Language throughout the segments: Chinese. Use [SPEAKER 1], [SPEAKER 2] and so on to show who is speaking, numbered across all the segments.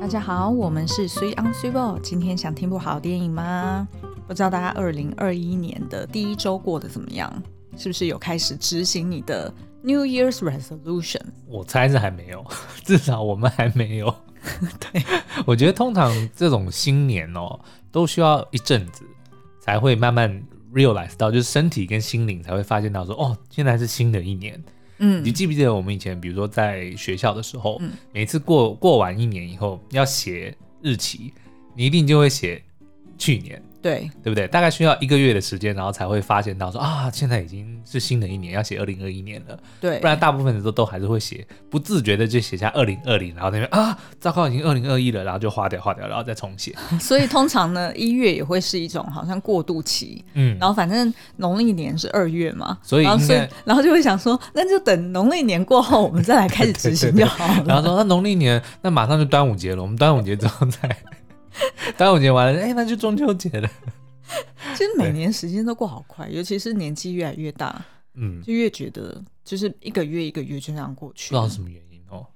[SPEAKER 1] 大家好，我们是 Three on Three Ball。今天想听部好电影吗？不知道大家二零二一年的第一周过得怎么样？是不是有开始执行你的 New Year's Resolution？
[SPEAKER 2] 我猜是还没有， 至少我们还没有。
[SPEAKER 1] 对，
[SPEAKER 2] 我觉得通常这种新年哦，都需要一阵子才会慢慢 realize 到，就是身体跟心灵才会发现到说，哦，现在是新的一年。
[SPEAKER 1] 嗯
[SPEAKER 2] 你，记不记得我们以前，比如说在学校的时候，
[SPEAKER 1] 嗯
[SPEAKER 2] 每次过过完一年以后要写日期，你一定就会写去年，
[SPEAKER 1] 对，
[SPEAKER 2] 对不对？大概需要一个月的时间，然后才会发现到说啊，现在已经是新的一年，要写二零二一年了。
[SPEAKER 1] 对，
[SPEAKER 2] 不然大部分的时候都还是会写，不自觉的就写下二零二零，然后那边啊，糟糕，已经二零二一了，然后就划掉划掉，然后再重写。
[SPEAKER 1] 所以通常呢，一月也会是一种好像过渡期。
[SPEAKER 2] 嗯，
[SPEAKER 1] 然后反正农历年是二月嘛，
[SPEAKER 2] 所以
[SPEAKER 1] 然后
[SPEAKER 2] 应
[SPEAKER 1] 所以
[SPEAKER 2] 该
[SPEAKER 1] 然后就会想说，那就等农历年过后，我们再来开始执行就好了。
[SPEAKER 2] 然后说那农历年，那马上就端午节了，我们端午节之后再， 端午节完了，哎、那就中秋节了。
[SPEAKER 1] 其实每年时间都过好快，尤其是年纪越来越大，
[SPEAKER 2] 嗯，
[SPEAKER 1] 就越觉得就是一个月一个月就这样过
[SPEAKER 2] 不
[SPEAKER 1] 去
[SPEAKER 2] 知。道是什么原因哦，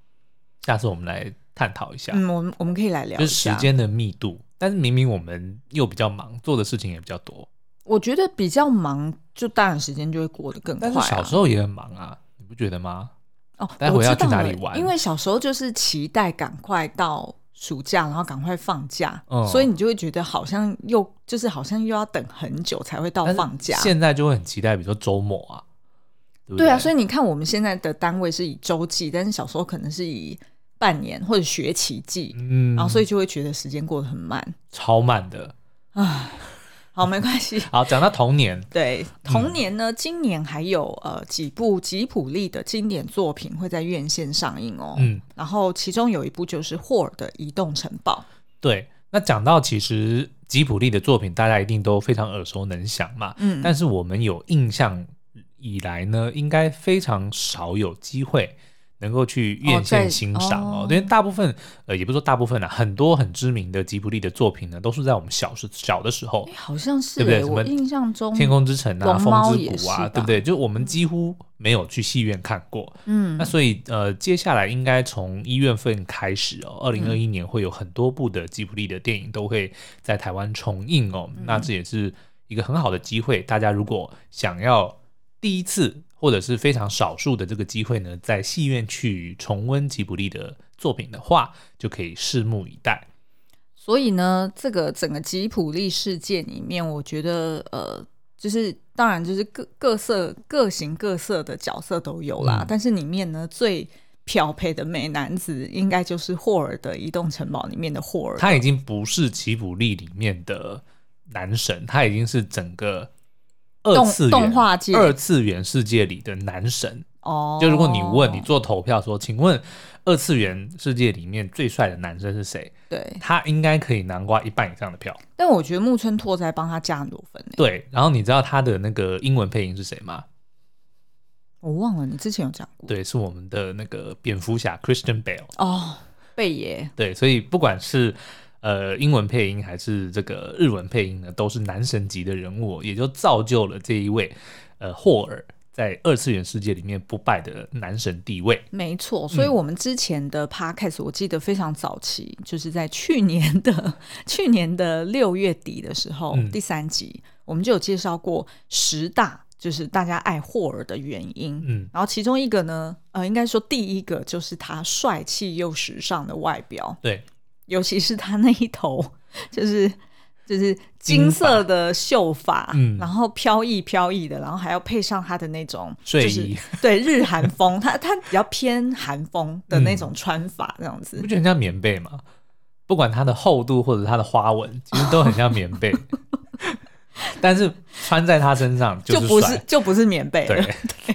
[SPEAKER 2] 下次我们来探讨一下，
[SPEAKER 1] 嗯，我们我们可以来聊
[SPEAKER 2] 就
[SPEAKER 1] 一
[SPEAKER 2] 是时
[SPEAKER 1] 下。
[SPEAKER 2] 间的密度。但是明明我们又比较忙，做的事情也比较多，
[SPEAKER 1] 我觉得比较忙，就当然时间就会过得更快、
[SPEAKER 2] 但
[SPEAKER 1] 啊。
[SPEAKER 2] 是小时候也很忙啊，你不觉得吗？
[SPEAKER 1] 哦，
[SPEAKER 2] 待会
[SPEAKER 1] 我知
[SPEAKER 2] 要去
[SPEAKER 1] 道
[SPEAKER 2] 哪
[SPEAKER 1] 了
[SPEAKER 2] 里玩
[SPEAKER 1] 因为小时候就是期待赶快到暑假，然后赶快放假，
[SPEAKER 2] 嗯
[SPEAKER 1] 所以你就会觉得好像又就是好像又要等很久才会到
[SPEAKER 2] 但是
[SPEAKER 1] 放假。
[SPEAKER 2] 现在就会很期待，比如说周末啊，对不
[SPEAKER 1] 对
[SPEAKER 2] 对
[SPEAKER 1] 啊，所以你看我们现在的单位是以周计，但是小时候可能是以半年或者学期计，
[SPEAKER 2] 嗯，
[SPEAKER 1] 然后所以就会觉得时间过得很慢。
[SPEAKER 2] 超慢的。
[SPEAKER 1] 好，没关系。
[SPEAKER 2] 好，讲到童年，
[SPEAKER 1] 对，同年
[SPEAKER 2] 嗯
[SPEAKER 1] 呢，今年还有呃几部吉普力的经典作品会在院线上映哦。
[SPEAKER 2] 嗯，
[SPEAKER 1] 然后其中有一部就是霍尔的《移动城堡》。
[SPEAKER 2] 对，那讲到其实吉卜力的作品，大家一定都非常耳熟能详嘛。
[SPEAKER 1] 嗯，
[SPEAKER 2] 但是我们有印象以来呢，应该非常少有机会能够去
[SPEAKER 1] 哦
[SPEAKER 2] 院
[SPEAKER 1] 在
[SPEAKER 2] 线欣赏哦，
[SPEAKER 1] 哦
[SPEAKER 2] 因为大部分呃，也不是说大部分啊，很多很知名的吉卜力的作品呢，都是在我们小时小的时候
[SPEAKER 1] 诶，好像是、
[SPEAKER 2] 对不对
[SPEAKER 1] 诶
[SPEAKER 2] 什么
[SPEAKER 1] 我印象中，
[SPEAKER 2] 天空之城》啊，
[SPEAKER 1] 哎龙
[SPEAKER 2] 《
[SPEAKER 1] 猫
[SPEAKER 2] 风之
[SPEAKER 1] 也是
[SPEAKER 2] 谷》啊，
[SPEAKER 1] 吧
[SPEAKER 2] 对不对？就我们几乎没有去戏院看过。
[SPEAKER 1] 嗯
[SPEAKER 2] 那，所以呃，接下来应该从一月份开始哦，二零二一
[SPEAKER 1] 嗯
[SPEAKER 2] 年会有很多部的吉卜力的电影都会在台湾重映哦。
[SPEAKER 1] 嗯
[SPEAKER 2] 那这也是一个很好的机会，大家如果想要第一次或者是非常少数的这个机会呢，在戏院去重温吉卜力的作品的话，就可以拭目以待。
[SPEAKER 1] 所以呢，这个整个吉普力事件里面，我觉得呃，就是当然就是各各色各形各色的角色都有啦，
[SPEAKER 2] 嗯
[SPEAKER 1] 但是里面呢最。漂配的美男子应该就是霍尔的《移动城堡》里面的霍尔了，
[SPEAKER 2] 他已经不是吉卜力里面的男神，他已经是整个二
[SPEAKER 1] 动
[SPEAKER 2] 次元
[SPEAKER 1] 动画界
[SPEAKER 2] 二次元世界里的男神。
[SPEAKER 1] 哦，
[SPEAKER 2] 就如果你问你做投票说，请问二次元世界里面最帅的男生是谁？
[SPEAKER 1] 对，
[SPEAKER 2] 他应该可以南瓜一半以上的票。
[SPEAKER 1] 但我觉得木村拓哉帮他加很多分欸呢、
[SPEAKER 2] 对，然后你知道他的那个英文配音是谁吗？
[SPEAKER 1] 我忘了你之前有讲过
[SPEAKER 2] 对，是我们的那个蝙蝠侠 Christian Bale。
[SPEAKER 1] 哦，贝爷
[SPEAKER 2] 对，所以不管是呃英文配音还是这个日文配音呢，都是男神级的人物哦，也就造就了这一位呃霍尔在二次元世界里面不败的男神地位。
[SPEAKER 1] 没错，
[SPEAKER 2] 嗯
[SPEAKER 1] 所以我们之前的 podcast 我记得非常早期，就是在去年的去年的六月底的时候，
[SPEAKER 2] 嗯
[SPEAKER 1] 第三集我们就有介绍过十大就是大家爱霍尔的原因。
[SPEAKER 2] 嗯，
[SPEAKER 1] 然后其中一个呢，呃，应该说第一个就是他帅气又时尚的外表，
[SPEAKER 2] 对，
[SPEAKER 1] 尤其是他那一头就是就是金色的秀发，
[SPEAKER 2] 嗯
[SPEAKER 1] 然后飘逸飘逸的，然后还要配上他的那种
[SPEAKER 2] 睡
[SPEAKER 1] 就
[SPEAKER 2] 衣
[SPEAKER 1] 是对日韩风，他他比较偏韩风的
[SPEAKER 2] 嗯
[SPEAKER 1] 那种穿法这样
[SPEAKER 2] 你
[SPEAKER 1] 子
[SPEAKER 2] 不。觉得很像棉被吗？不管它的厚度或者它的花纹，其实都很像棉被， 但是穿在他身上
[SPEAKER 1] 就是不
[SPEAKER 2] 帅
[SPEAKER 1] 是就不是棉被了
[SPEAKER 2] 对。，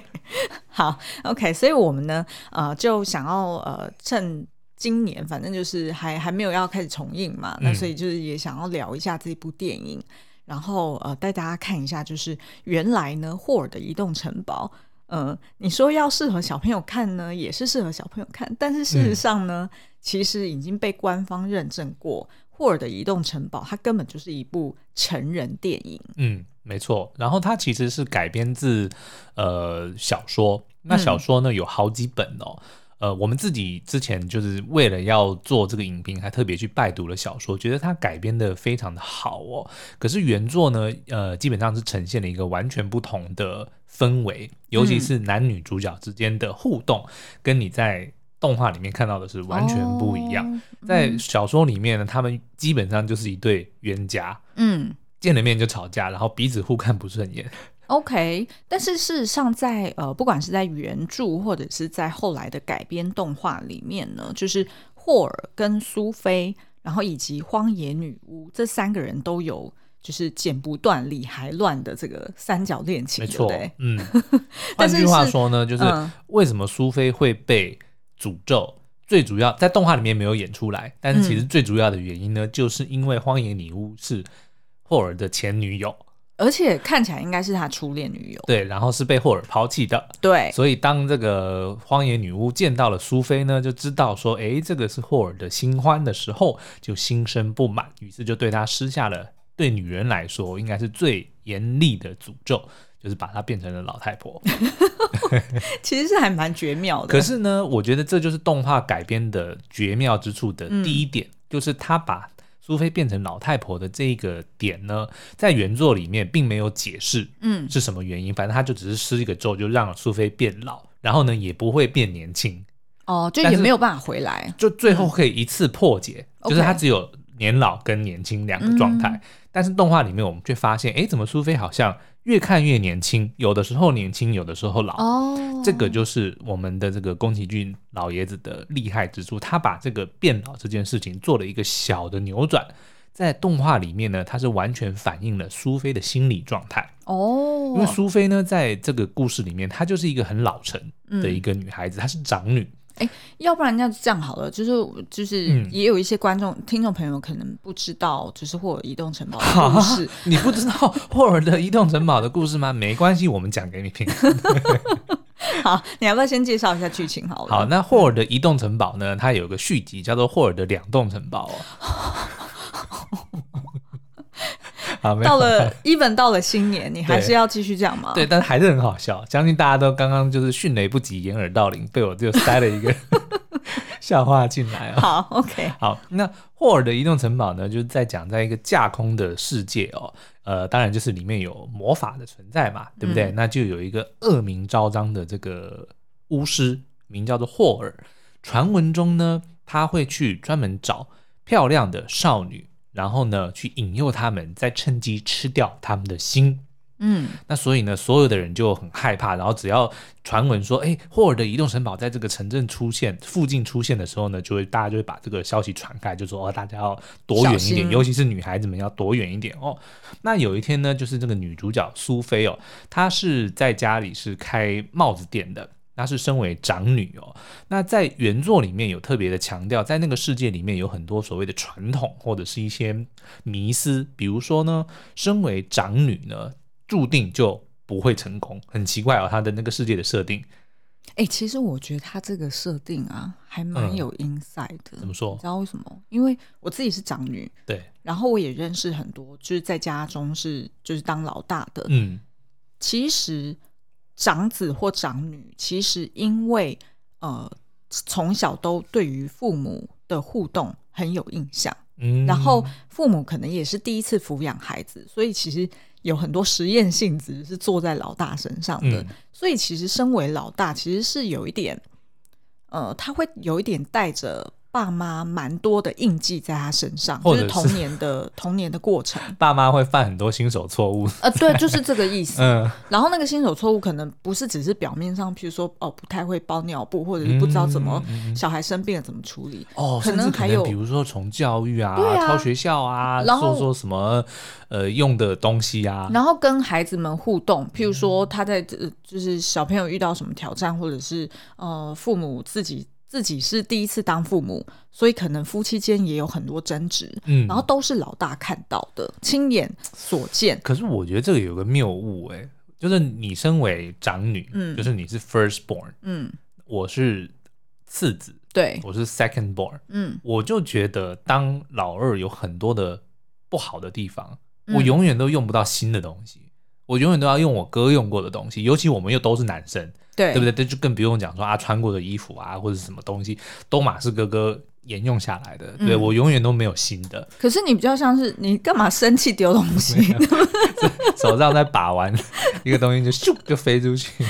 [SPEAKER 1] 好，OK，所以我们呢，呃，就想要呃，趁今年反正就是还还没有要开始重映嘛，那
[SPEAKER 2] 嗯
[SPEAKER 1] 所以就是也想要聊一下这部电影，然后呃，带大家看一下，就是原来呢，霍尔的移动城堡。呃，你说要适合小朋友看呢，也是适合小朋友看，但是
[SPEAKER 2] 嗯
[SPEAKER 1] 事实上呢，其实已经被官方认证过，霍尔的移动城堡它根本就是一部成人电影。
[SPEAKER 2] 嗯，没错。然后它其实是改编自呃小说，那小说呢有好几本哦。呃，我们自己之前就是为了要做这个影评，还特别去拜读了小说，觉得它改编的非常的好哦。可是原作呢，呃，基本上是呈现了一个完全不同的氛围，尤其是男女主角之间的互动，跟你在动画里面看到的是完全不一样。
[SPEAKER 1] 哦。
[SPEAKER 2] 在小说里面呢，他们基本上就是一对冤家，
[SPEAKER 1] 嗯
[SPEAKER 2] 见了面就吵架，然后彼此互看不顺眼。
[SPEAKER 1] ，OK。但是事实上在，呃，不管是在原著或者是在后来的改编动画里面呢，就是霍尔跟苏菲，然后以及荒野女巫这三个人都有。就是剪不断理还乱的这个三角恋情，
[SPEAKER 2] 没
[SPEAKER 1] 对不
[SPEAKER 2] 错
[SPEAKER 1] 对？，
[SPEAKER 2] 嗯。换
[SPEAKER 1] 但是
[SPEAKER 2] 句话
[SPEAKER 1] 是
[SPEAKER 2] 说呢，就是
[SPEAKER 1] 嗯
[SPEAKER 2] 为什么苏菲会被诅咒？最主要在动画里面没有演出来，但是其
[SPEAKER 1] 嗯
[SPEAKER 2] 实最主要的原因呢，就是因为荒野女巫是霍尔的前女友，
[SPEAKER 1] 而且看起来应该是他初恋女友。
[SPEAKER 2] 对，然后是被霍尔抛弃的。
[SPEAKER 1] 对，
[SPEAKER 2] 所以当这个荒野女巫见到了苏菲呢，就知道说，诶，这个是霍尔的新欢的时候，就心生不满，于是就对她施下了对女人来说应该是最严厉的诅咒， 就是把她变成了老太婆。
[SPEAKER 1] 其实是还蛮绝妙的。
[SPEAKER 2] 可是呢，我觉得这就是动画改编的绝妙之处的第一点，就是他把苏菲变成老太婆的这一个点呢，在原作里面并没有解释
[SPEAKER 1] 嗯，
[SPEAKER 2] 是什么原因，反正他就只是施一个咒，就让苏菲变老，然后呢也不会变年轻，
[SPEAKER 1] 哦，就
[SPEAKER 2] 但
[SPEAKER 1] 也
[SPEAKER 2] 是
[SPEAKER 1] 没有办法回来。
[SPEAKER 2] 就最后可以一次破解，
[SPEAKER 1] 嗯
[SPEAKER 2] 就是他
[SPEAKER 1] OK 嗯
[SPEAKER 2] 只有年老跟年轻两个状态。但是动画里面我们却发现，诶，怎么苏菲好像越看越年轻，有的时候年轻，有的时候老。
[SPEAKER 1] 哦
[SPEAKER 2] 这个就是我们的这个宫崎骏老爷子的厉害之处，他把这个变老这件事情做了一个小的扭转。在动画里面呢，它是完全反映了苏菲的心理状态，因
[SPEAKER 1] 哦，
[SPEAKER 2] 为苏菲呢，在这个故事里面，她就是一个很老成的一个女孩子，她是长女，
[SPEAKER 1] 要不然那就这样好了，就是就是
[SPEAKER 2] 嗯
[SPEAKER 1] 也有一些观众、听众朋友可能不知道，就是霍尔移动城堡的故 事。
[SPEAKER 2] 你不知道霍尔的移动城堡的故事吗？没关系，我们讲给你听。
[SPEAKER 1] 好，你要不要先介绍一下剧情好了？
[SPEAKER 2] 好，那霍尔的移动城堡呢，它有个续集叫做《霍尔的两栋城堡》哦。 好，没有
[SPEAKER 1] 到了 even 到了新年，你还是要继续讲吗？
[SPEAKER 2] 对，，但是还是很好笑，相信大家都刚刚就是迅雷不及掩耳盗铃，被我就塞了一个 笑话进来哦。
[SPEAKER 1] 好，OK，
[SPEAKER 2] 好，那霍尔的移动城堡呢，就是在讲在一个架空的世界哦，呃，当然就是里面有魔法的存在嘛，对不对？那就有一个恶名昭彰的这个巫师，名叫做霍尔。传闻中呢，他会去专门找漂亮的少女，然后呢，去引诱他们，再趁机吃掉他们的心。
[SPEAKER 1] 嗯，
[SPEAKER 2] 那所以呢，所有的人就很害怕，然后只要传闻说，哎，霍尔的移动城堡在这个城镇出现、附近出现的时候呢，就会大家就会把这个消息传开，就说哦，大家要躲远一
[SPEAKER 1] 小
[SPEAKER 2] 点，
[SPEAKER 1] 心
[SPEAKER 2] 尤其是女孩子们要躲远一点哦。那有一天呢，就是这个女主角苏菲哦，她是在家里是开帽子店的。她是身为长女哦，那在原作里面有特别的强调，在那个世界里面有很多所谓的传统或者是一些迷思，比如说呢，身为长女呢，注定就不会成功，很奇怪哦，他的那个世界的设定
[SPEAKER 1] 哎、其实我觉得他这个设定啊，还蛮
[SPEAKER 2] 嗯
[SPEAKER 1] 有 inside 的。
[SPEAKER 2] 怎么说
[SPEAKER 1] 你知道为什么？因为我自己是长女，
[SPEAKER 2] 对，
[SPEAKER 1] 然后我也认识很多，就是在家中是就是当老大的，
[SPEAKER 2] 嗯，
[SPEAKER 1] 其实长子或长女，其实因为呃从小都对于父母的互动很有印象，
[SPEAKER 2] 嗯
[SPEAKER 1] 然后父母可能也是第一次抚养孩子，所以其实有很多实验性质是坐在老大身上的，
[SPEAKER 2] 嗯
[SPEAKER 1] 所以其实身为老大其实是有一点，呃，他会有一点带着。爸妈蛮多的印记在他身上，
[SPEAKER 2] 或
[SPEAKER 1] 就是
[SPEAKER 2] 者是
[SPEAKER 1] 童年的童年的过程，
[SPEAKER 2] 爸妈会犯很多新手 错误，
[SPEAKER 1] 呃，对，就是这个意思。
[SPEAKER 2] 嗯，
[SPEAKER 1] 然后那个新手错误可能不是只是表面上，譬如说哦不太会包尿布，或者是不知道怎么
[SPEAKER 2] 嗯嗯嗯
[SPEAKER 1] 小孩生病了怎么处理。
[SPEAKER 2] 哦，
[SPEAKER 1] 可
[SPEAKER 2] 甚至
[SPEAKER 1] 能还
[SPEAKER 2] 可
[SPEAKER 1] 有
[SPEAKER 2] 能比如说从教育啊、
[SPEAKER 1] 对啊
[SPEAKER 2] 挑学校啊，
[SPEAKER 1] 然后
[SPEAKER 2] 说说什么呃用的东西啊，
[SPEAKER 1] 然后跟孩子们互动，譬如说他在呃就是小朋友遇到什么挑战，或者是呃父母自己自己是第一次当父母，所以可能夫妻间也有很多争执，
[SPEAKER 2] 嗯，
[SPEAKER 1] 然后都是老大看到的，亲眼所见。
[SPEAKER 2] 可是我觉得这个有个谬误哎、就是你身为长女，
[SPEAKER 1] 嗯
[SPEAKER 2] 就是你是 first born，
[SPEAKER 1] 嗯，
[SPEAKER 2] 我是次子，
[SPEAKER 1] 对，
[SPEAKER 2] 我是 second born，
[SPEAKER 1] 嗯，
[SPEAKER 2] 我就觉得当老二有很多的不好的地方，
[SPEAKER 1] 嗯
[SPEAKER 2] 我永远都用不到新的东西，我永远都要用我哥用过的东西，尤其我们又都是男生，
[SPEAKER 1] 对
[SPEAKER 2] 对不对？这就更不用讲说啊，穿过的衣服啊，或者是什么东西，都马是哥哥沿用下来的。
[SPEAKER 1] 嗯
[SPEAKER 2] 对我永远都没有新 的，
[SPEAKER 1] 可是你比较像是你干嘛生气丢东西？
[SPEAKER 2] 手上在把玩一个东西就咻就飞出去。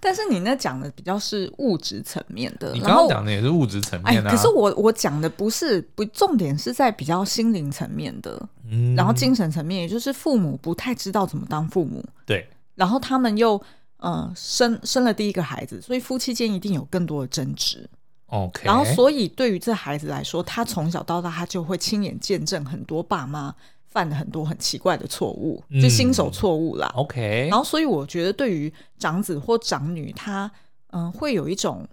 [SPEAKER 1] 但是你那讲的比较是物质层面的，
[SPEAKER 2] 你
[SPEAKER 1] 然
[SPEAKER 2] 刚
[SPEAKER 1] 后
[SPEAKER 2] 刚讲的也是物质层
[SPEAKER 1] 哎，
[SPEAKER 2] 面啊，
[SPEAKER 1] 可是我我讲的不是不重点是在比较心灵层面的，
[SPEAKER 2] 嗯
[SPEAKER 1] 然后精神层面，也就是父母不太知道怎么当父母，
[SPEAKER 2] 对
[SPEAKER 1] 然后他们又呃生生了第一个孩子，所以夫妻间一定有更多的争执。
[SPEAKER 2] ，OK，
[SPEAKER 1] 然后，所以对于这孩子来说，他从小到大，他就会亲眼见证很多爸妈犯了很多很奇怪的错误，
[SPEAKER 2] 嗯
[SPEAKER 1] 就新手错误啦。
[SPEAKER 2] OK，
[SPEAKER 1] 然后，所以我觉得对于长子或长女，他嗯、呃会有一种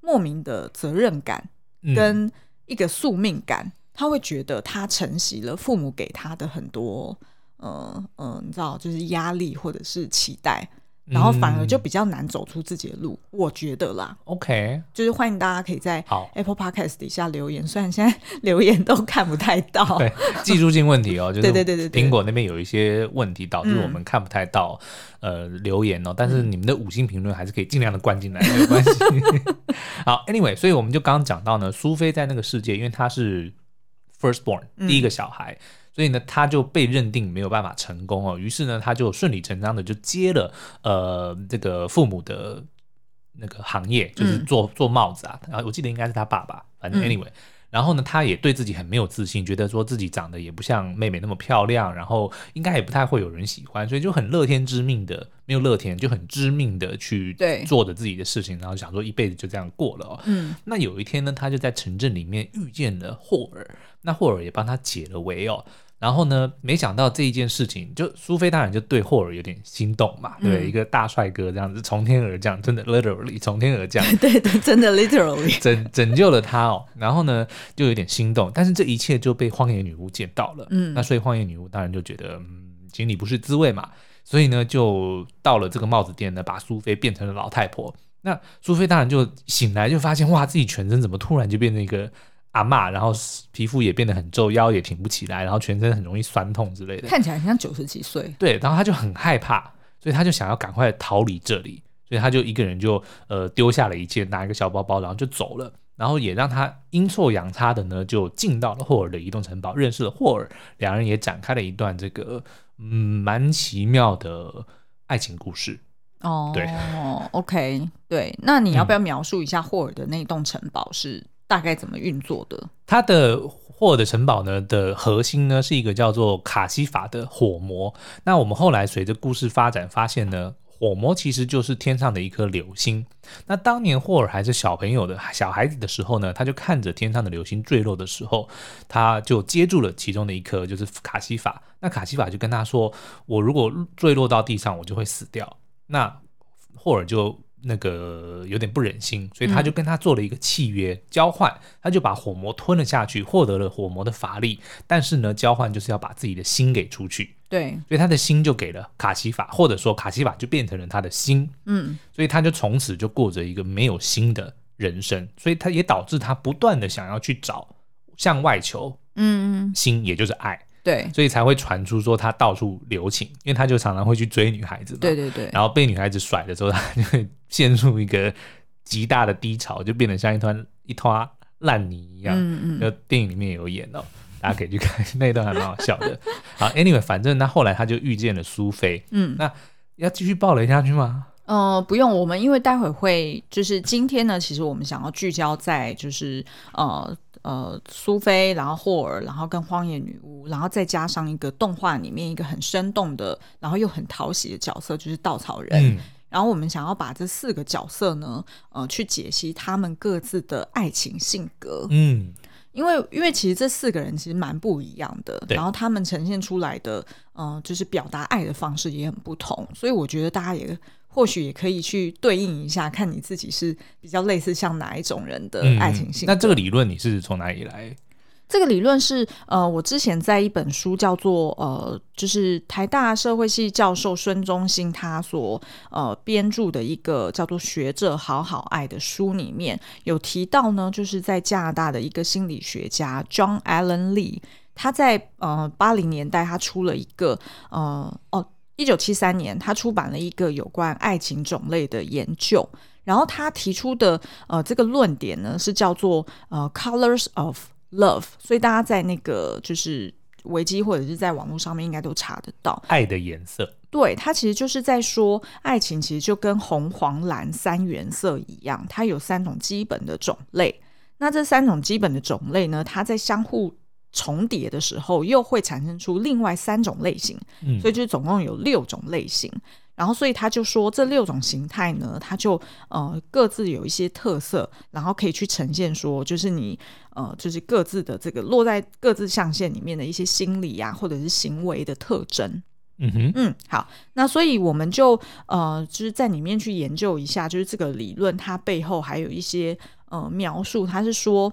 [SPEAKER 1] 莫名的责任感
[SPEAKER 2] 嗯
[SPEAKER 1] 跟一个宿命感，他会觉得他承袭了父母给他的很多呃呃，你知道，就是压力或者是期待，然后反而就
[SPEAKER 2] 嗯
[SPEAKER 1] 比较难走出自己的路。我觉得啦，
[SPEAKER 2] OK，
[SPEAKER 1] 就是欢迎大家可以在
[SPEAKER 2] 好
[SPEAKER 1] Apple Podcast 底下留言，虽然现在 留言都看不太到。
[SPEAKER 2] 对， 技术性问题哦，就是
[SPEAKER 1] 对对对对对
[SPEAKER 2] 苹果那边有一些问题导致
[SPEAKER 1] 嗯
[SPEAKER 2] 我们看不太到、呃留言哦，但是你们的五星评论还是可以尽量的灌进来，没有关系。 好，anyway，所以我们就刚刚讲到呢，苏菲在那个世界，因为她是 firstborn
[SPEAKER 1] 嗯
[SPEAKER 2] 第一个小孩。所以呢，她就被认定没有办法成功哦，于是呢，她就顺理成章的就接了呃这个父母的那个行业，就是
[SPEAKER 1] 嗯
[SPEAKER 2] 做、做帽子啊，啊，我记得应该是他爸爸，反
[SPEAKER 1] 嗯
[SPEAKER 2] 正 anyway，、然后呢，他也对自己很没有自信，觉得说自己长得也不像妹妹那么漂亮，然后应该也不太会有人喜欢，所以就很乐天知命的，没有乐天就很知命的去
[SPEAKER 1] 对
[SPEAKER 2] 做着自己的事情，然后想说一辈子就这样过了、哦。
[SPEAKER 1] 嗯
[SPEAKER 2] 那有一天呢，他就在城镇里面遇见了霍尔，那霍尔也帮他解了围哦。然后呢，没想到这一件事情，就苏菲当然就对霍尔有点心动嘛，对不对，
[SPEAKER 1] 嗯
[SPEAKER 2] 一个大帅哥这样子从天而降，真的 literally 从天而降，
[SPEAKER 1] 对对，真的 literally，
[SPEAKER 2] 拯 拯救了他哦，然后呢就有点心动，但是这一切就被荒野女巫见到了，
[SPEAKER 1] 嗯
[SPEAKER 2] 那所以荒野女巫当然就觉得嗯心里不是滋味嘛，所以呢就到了这个帽子店呢，把苏菲变成了老太婆。那苏菲当然就醒来就发现哇，自己全身怎么突然就变成一个阿嬷，然后皮肤也变得很皱，腰也挺不起来，然后全身很容易酸痛之类的。
[SPEAKER 1] 看起来很像九十几岁。
[SPEAKER 2] 对，然后他就很害怕，所以他就想要赶快逃离这里，所以他就一个人就呃丢下了一切，拿一个小包包，然后就走了。然后也让他阴错阳差的呢，就进到了霍尔的移动城堡，认识了霍尔，两人也展开了一段这个嗯蛮奇妙的爱情故事。
[SPEAKER 1] 哦，
[SPEAKER 2] 对嗯
[SPEAKER 1] ，OK，对。那你要不要描述一下霍尔的那栋城堡是大概怎么运作的？
[SPEAKER 2] 它的霍尔的城堡呢的核心呢是一个叫做卡西法的火魔。那我们后来随着故事发展发现呢，火魔其实就是天上的一颗流星。那当年霍尔还是小朋友的小孩子的时候呢，他就看着天上的流星坠落的时候，他就接住了其中的一颗，就是卡西法。那卡西法就跟他说：“我如果坠落到地上，我就会死掉。”那霍尔就那个有点不忍心，所以他就跟他做了一个契约、交换，他就把火魔吞了下去，获得了火魔的法力，但是呢，交换就是要把自己的心给出去，
[SPEAKER 1] 对，
[SPEAKER 2] 所以他的心就给了卡西法，或者说卡西法就变成了他的心，
[SPEAKER 1] 嗯
[SPEAKER 2] 所以他就从此就过着一个没有心的人生，所以他也导致他不断的想要去找向外求
[SPEAKER 1] 嗯，嗯
[SPEAKER 2] 心，也就是爱，
[SPEAKER 1] 对，
[SPEAKER 2] 所以才会传出说他到处留情，因为他就常常会去追女孩子嘛，
[SPEAKER 1] 对对对，
[SPEAKER 2] 然后被女孩子甩了之后，他就会陷入一个极大的低潮，就变得像一团一团烂泥一样。
[SPEAKER 1] 嗯嗯，
[SPEAKER 2] 就电影里面也有演哦，大家可以去看那一段，还蛮好笑的。 好，anyway，反正那后来他就遇见了苏菲。
[SPEAKER 1] 嗯
[SPEAKER 2] 那要继续爆雷下去吗？
[SPEAKER 1] 呃，不用，我们因为待会会就是今天呢，其实我们想要聚焦在就是呃呃苏菲，然后霍尔，然后跟荒野女巫，然后再加上一个动画里面一个很生动的，然后又很讨喜的角色，就是稻草人。
[SPEAKER 2] 嗯
[SPEAKER 1] 然后我们想要把这四个角色呢，呃，去解析他们各自的爱情性格，
[SPEAKER 2] 嗯，
[SPEAKER 1] 因为因为其实这四个人其实蛮不一样的，
[SPEAKER 2] 对
[SPEAKER 1] 然后他们呈现出来的，嗯、就是表达爱的方式也很不同，所以我觉得大家也或许也可以去对应一下，看你自己是比较类似像哪一种人的
[SPEAKER 2] 嗯
[SPEAKER 1] 爱情性格。
[SPEAKER 2] 那这个理论你是从哪里来？
[SPEAKER 1] 这个理论是呃，我之前在一本书叫做呃，就是台大社会系教授孙中兴他所呃编著的一个叫做《学者好好爱》的书里面有提到呢，就是在加拿大的一个心理学家 John Allen Lee，他在呃八零年代他出了一个呃哦。一九七三年，他出版了一个有关爱情种类的研究，然后他提出的呃这个论点呢是叫做呃 Colors of Love，所以大家在那个就是维基或者是在网络上面应该都查得到。
[SPEAKER 2] 爱的颜色，
[SPEAKER 1] 对，它其实就是在说，爱情其实就跟红、黄、蓝三原色一样，它有三种基本的种类。那这三种基本的种类呢，它在相互重叠的时候，又会产生出另外三种类型，
[SPEAKER 2] 嗯
[SPEAKER 1] 所以就是总共有六种类型。然后，所以他就说这六种形态呢，它就呃各自有一些特色，然后可以去呈现说，就是你呃就是各自的这个落在各自象限里面的一些心理啊，或者是行为的特征。
[SPEAKER 2] 嗯哼，
[SPEAKER 1] 嗯，好，那所以我们就呃，就是在里面去研究一下，就是这个理论它背后还有一些呃描述，它是说。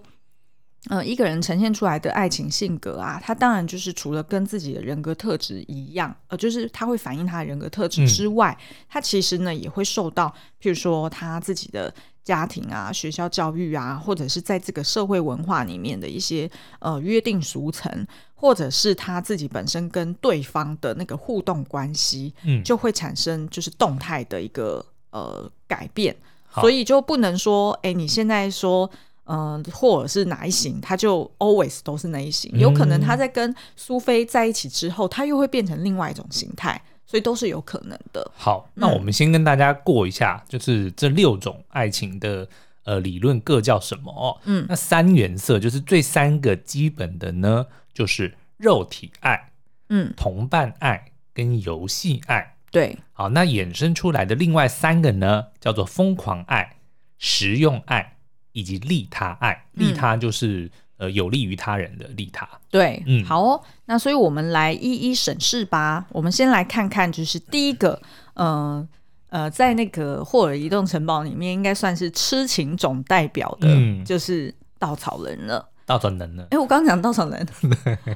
[SPEAKER 1] 呃，一个人呈现出来的爱情性格啊，他当然就是除了跟自己的人格特质一样，呃，就是他会反映他的人格特质之外，他其实呢也会受到，譬如说他自己的家庭啊、学校教育啊，或者是在这个社会文化里面的一些呃约定俗成，或者是他自己本身跟对方的那个互动关系，
[SPEAKER 2] 嗯，
[SPEAKER 1] 就会产生就是动态的一个呃改变，
[SPEAKER 2] 好
[SPEAKER 1] 所以就不能说，哎、你现在说。嗯、或者是哪一型，他就 always 都是那一
[SPEAKER 2] 嗯
[SPEAKER 1] 型。有可能他在跟苏菲在一起之后，他又会变成另外一种形态，所以都是有可能的。
[SPEAKER 2] 好，那我们先跟大家过一下，就是这六种爱情的呃理论各叫什么哦。
[SPEAKER 1] 嗯
[SPEAKER 2] 那三原色就是最三个基本的呢，就是肉体爱、
[SPEAKER 1] 嗯，
[SPEAKER 2] 同伴爱跟游戏爱。
[SPEAKER 1] 对，
[SPEAKER 2] 好，那衍生出来的另外三个呢，叫做疯狂爱、实用爱以及利他爱。
[SPEAKER 1] 嗯
[SPEAKER 2] 利他就是、呃有利于他人的利他。
[SPEAKER 1] 对，
[SPEAKER 2] 嗯
[SPEAKER 1] 好哦。那所以我们来一一审视吧。我们先来看看，就是第一个，嗯呃在那个霍尔移动城堡里面，应该算是痴情种代表的，
[SPEAKER 2] 嗯
[SPEAKER 1] 就是稻草人了。
[SPEAKER 2] 到底能呢？
[SPEAKER 1] 哎、我刚讲稻草 人，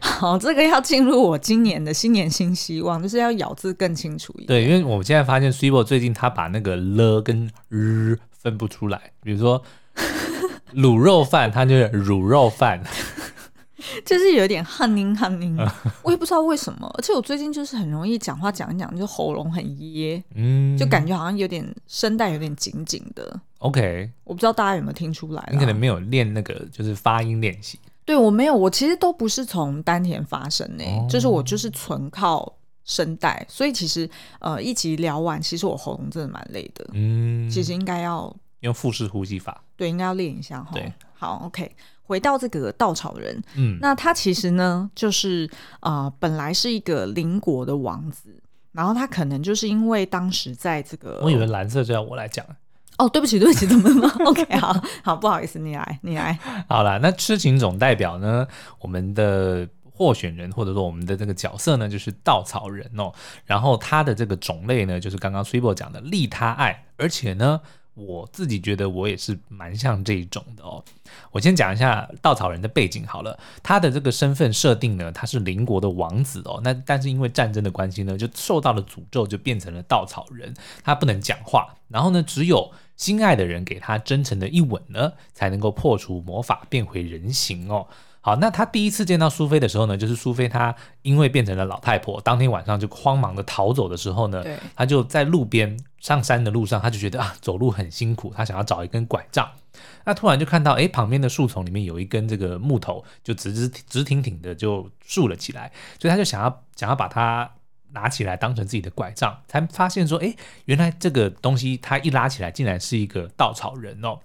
[SPEAKER 1] 好，这个要进入我今年的新年新希望，就是要咬字更清楚一点。
[SPEAKER 2] 对，因为我现在发现 s i b o 最近他把那个了跟日分不出来，比如 说卤肉饭，他就是卤肉饭，
[SPEAKER 1] 就是有点汗音汗音，我也不知道为什么，而且我最近就是很容易讲话讲一讲，就喉咙很噎，
[SPEAKER 2] 嗯，
[SPEAKER 1] 就感觉好像有点声带有点紧紧的。
[SPEAKER 2] OK。
[SPEAKER 1] 我不知道大家有没有听出来啦。
[SPEAKER 2] 你可能没有练那个就是发音练习，
[SPEAKER 1] 对我没有，我其实都不是从丹田发声呢、
[SPEAKER 2] 哦
[SPEAKER 1] 就是我就是纯靠声带，所以其实呃一集聊完，其实我喉咙真的蛮累的，
[SPEAKER 2] 嗯，
[SPEAKER 1] 其实应该要
[SPEAKER 2] 用腹式呼吸法，
[SPEAKER 1] 对应该要练一下哈
[SPEAKER 2] 对。
[SPEAKER 1] 好，OK，回到这个稻草人，
[SPEAKER 2] 嗯，
[SPEAKER 1] 那他其实呢，就是呃，本来是一个邻国的王子，然后他可能就是因为当时在这个，
[SPEAKER 2] 我以为蓝色就要我来讲，
[SPEAKER 1] 哦，对不起，对不起，怎么了？OK，好好，不好意思，你来，你来，
[SPEAKER 2] 好啦，那痴情总代表呢，我们的候选人或者说我们的这个角色呢，就是稻草人哦。然后他的这个种类呢，就是刚刚 s w i b o 讲的利他爱，而且呢，我自己觉得我也是蛮像这一种的哦。我先讲一下稻草人的背景好了，他的这个身份设定呢，他是邻国的王子哦。那但是因为战争的关系呢，就受到了诅咒，就变成了稻草人，他不能讲话。然后呢，只有心爱的人给他真诚的一吻呢，才能够破除魔法，变回人形哦。好，那他第一次见到苏菲的时候呢，就是苏菲她因为变成了老太婆，当天晚上就慌忙的逃走的时候呢，
[SPEAKER 1] 对
[SPEAKER 2] 他就在路边上山的路上，他就觉得啊走路很辛苦，他想要找一根拐杖。那突然就看到，哎，旁边的树丛里面有一根这个木头，就直直直挺挺的就竖了起来，所以他就想要想要把它拿起来当成自己的拐杖，才发现说，哎，原来这个东西它一拉起来，竟然是一个稻草人哦。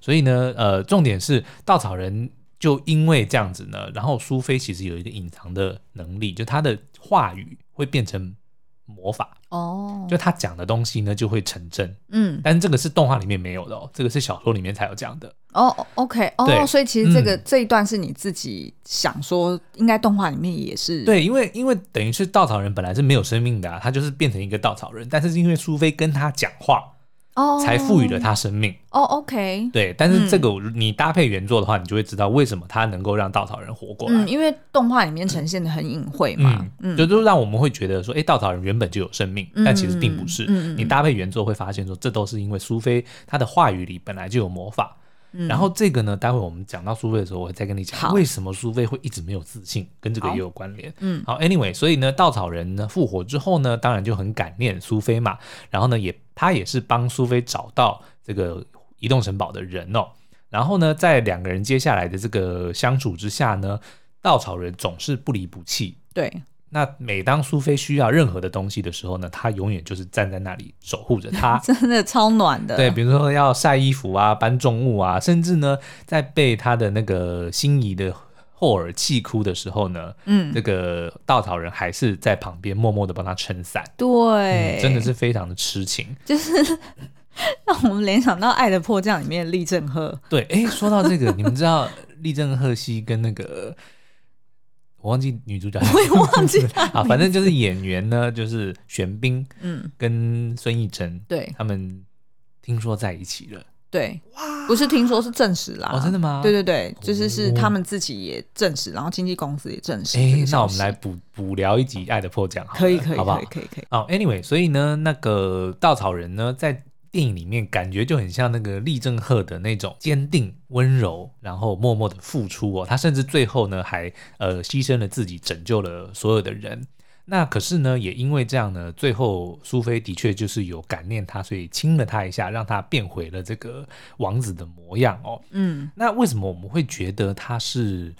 [SPEAKER 2] 所以呢，呃，重点是稻草人就因为这样子呢，然后苏菲其实有一个隐藏的能力，就她的话语会变成魔法，
[SPEAKER 1] 哦，
[SPEAKER 2] 就她讲的东西呢就会成真。
[SPEAKER 1] 嗯，
[SPEAKER 2] 但是这个是动画里面没有的哦，这个是小说里面才有这样的。
[SPEAKER 1] 哦，OK，哦，
[SPEAKER 2] 对
[SPEAKER 1] 所以其实这个、
[SPEAKER 2] 嗯
[SPEAKER 1] 这一段是你自己想说，应该动画里面也是，
[SPEAKER 2] 对，因为因为等于是稻草人本来是没有生命的、啊，他就是变成一个稻草人，但是因为苏菲跟他讲话，
[SPEAKER 1] 哦，
[SPEAKER 2] 才赋予了他生命。
[SPEAKER 1] 哦，OK，
[SPEAKER 2] 对，但是这个你搭配原作的话，你就会知道为什么他能够让稻草人活过来
[SPEAKER 1] 嗯，。因为动画里面呈现的很隐晦嘛
[SPEAKER 2] 嗯，，
[SPEAKER 1] 嗯，
[SPEAKER 2] 就就让我们会觉得说，哎、稻草人原本就有生命，
[SPEAKER 1] 嗯
[SPEAKER 2] 但其实并不是。
[SPEAKER 1] 嗯嗯嗯
[SPEAKER 2] 你搭配原作会发现说，这都是因为苏菲她的话语里本来就有魔法。
[SPEAKER 1] 嗯
[SPEAKER 2] 然后这个呢，待会我们讲到苏菲的时候，我再跟你讲
[SPEAKER 1] 好
[SPEAKER 2] 为什么苏菲会一直没有自信，跟这个也有关联。
[SPEAKER 1] 嗯，
[SPEAKER 2] 好，anyway，所以呢，稻草人呢复活之后呢，当然就很感念苏菲嘛，然后呢，也他也是帮苏菲找到这个移动城堡的人哦。然后呢，在两个人接下来的这个相处之下呢，稻草人总是不离不弃。
[SPEAKER 1] 对，
[SPEAKER 2] 那每当苏菲需要任何的东西的时候呢，他永远就是站在那里守护 着她。
[SPEAKER 1] 真的超暖的。
[SPEAKER 2] 对，比如说要晒衣服啊、搬重物啊，甚至呢，在被他的那个心仪的霍尔气哭的时候呢，
[SPEAKER 1] 嗯，
[SPEAKER 2] 这个稻草人还是在旁边默默的帮他撑伞，
[SPEAKER 1] 对、
[SPEAKER 2] 嗯真的是非常的痴情。
[SPEAKER 1] 让我们联想到《爱的迫降》里面的厉正 赫。
[SPEAKER 2] 对，哎，说到这个，你们知道立正赫西跟那个我忘记女主角，
[SPEAKER 1] 我也忘记他
[SPEAKER 2] 啊，反正就是演员呢，就是玄彬
[SPEAKER 1] 嗯，
[SPEAKER 2] 跟孙艺珍
[SPEAKER 1] 对
[SPEAKER 2] 他们听说在一起了，
[SPEAKER 1] 对，不是听说是证实啦，
[SPEAKER 2] 哦，真的吗？
[SPEAKER 1] 对对对，就是是
[SPEAKER 2] 哦
[SPEAKER 1] 他们自己也证实，然后经纪公司也证实。
[SPEAKER 2] 哎，那我们来，补补聊一集《爱的迫降》好了，
[SPEAKER 1] 可以可以
[SPEAKER 2] 好不
[SPEAKER 1] 可
[SPEAKER 2] 好
[SPEAKER 1] 以？可以可以，
[SPEAKER 2] 哦，anyway，所以呢，那个稻草人呢，在电影里面感觉就很像那个立正赫的那种坚定、温柔，然后默默的付出哦。他甚至最后呢，还呃牺牲了自己，拯救了所有的人。那可是呢，也因为这样呢，最后苏菲的确就是有感念他，所以亲了他一下，让他变回了这个王子的模样哦。
[SPEAKER 1] 嗯
[SPEAKER 2] 那为什么我们会觉得他是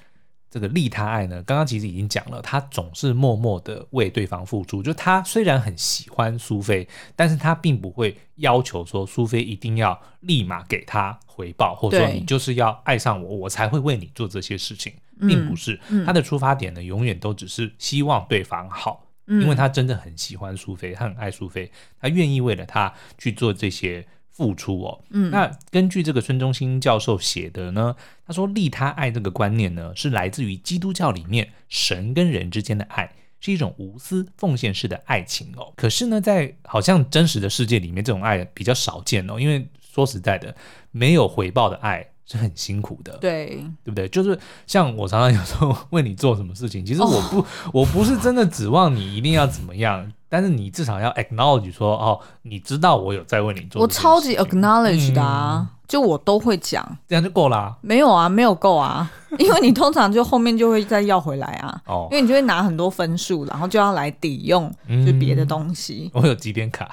[SPEAKER 2] 这个利他爱呢？刚刚其实已经讲了，他总是默默的为对方付出。就他虽然很喜欢苏菲，但是他并不会要求说苏菲一定要立马给他回报，或者说
[SPEAKER 1] 对
[SPEAKER 2] 你就是要爱上我，我才会为你做这些事情，
[SPEAKER 1] 嗯
[SPEAKER 2] 并不是。
[SPEAKER 1] 嗯
[SPEAKER 2] 他的出发点呢，永远都只是希望对方好。
[SPEAKER 1] 嗯，
[SPEAKER 2] 因为他真的很喜欢苏菲，他很爱苏菲，他愿意为了她去做这些付出哦。
[SPEAKER 1] 嗯
[SPEAKER 2] 那根据这个孙中兴教授写的呢，他说利他爱这个观念呢，是来自于基督教里面神跟人之间的爱。是一种无私奉献式的爱情哦，可是呢，在好像真实的世界里面，这种爱比较少见哦。因为说实在的，没有回报的爱是很辛苦的。
[SPEAKER 1] 对
[SPEAKER 2] 对不对？就是像我常常有时候 问你做什么事情，其实我
[SPEAKER 1] 哦
[SPEAKER 2] 不、我不是真的指望你一定要怎么样，但是你至少要 acknowledge 说哦，你知道我有在为你做
[SPEAKER 1] 我
[SPEAKER 2] 这件
[SPEAKER 1] 超
[SPEAKER 2] 事
[SPEAKER 1] 级
[SPEAKER 2] 情嗯
[SPEAKER 1] acknowledge 的啊，就我都会讲，
[SPEAKER 2] 这样就够啦、
[SPEAKER 1] 没有啊，没有够啊，因为你通常就后面就会再要回来啊。
[SPEAKER 2] 哦
[SPEAKER 1] 因，为你就会拿很多分数，然后就要来抵用就
[SPEAKER 2] 嗯
[SPEAKER 1] 别的东西。
[SPEAKER 2] 我有几点卡，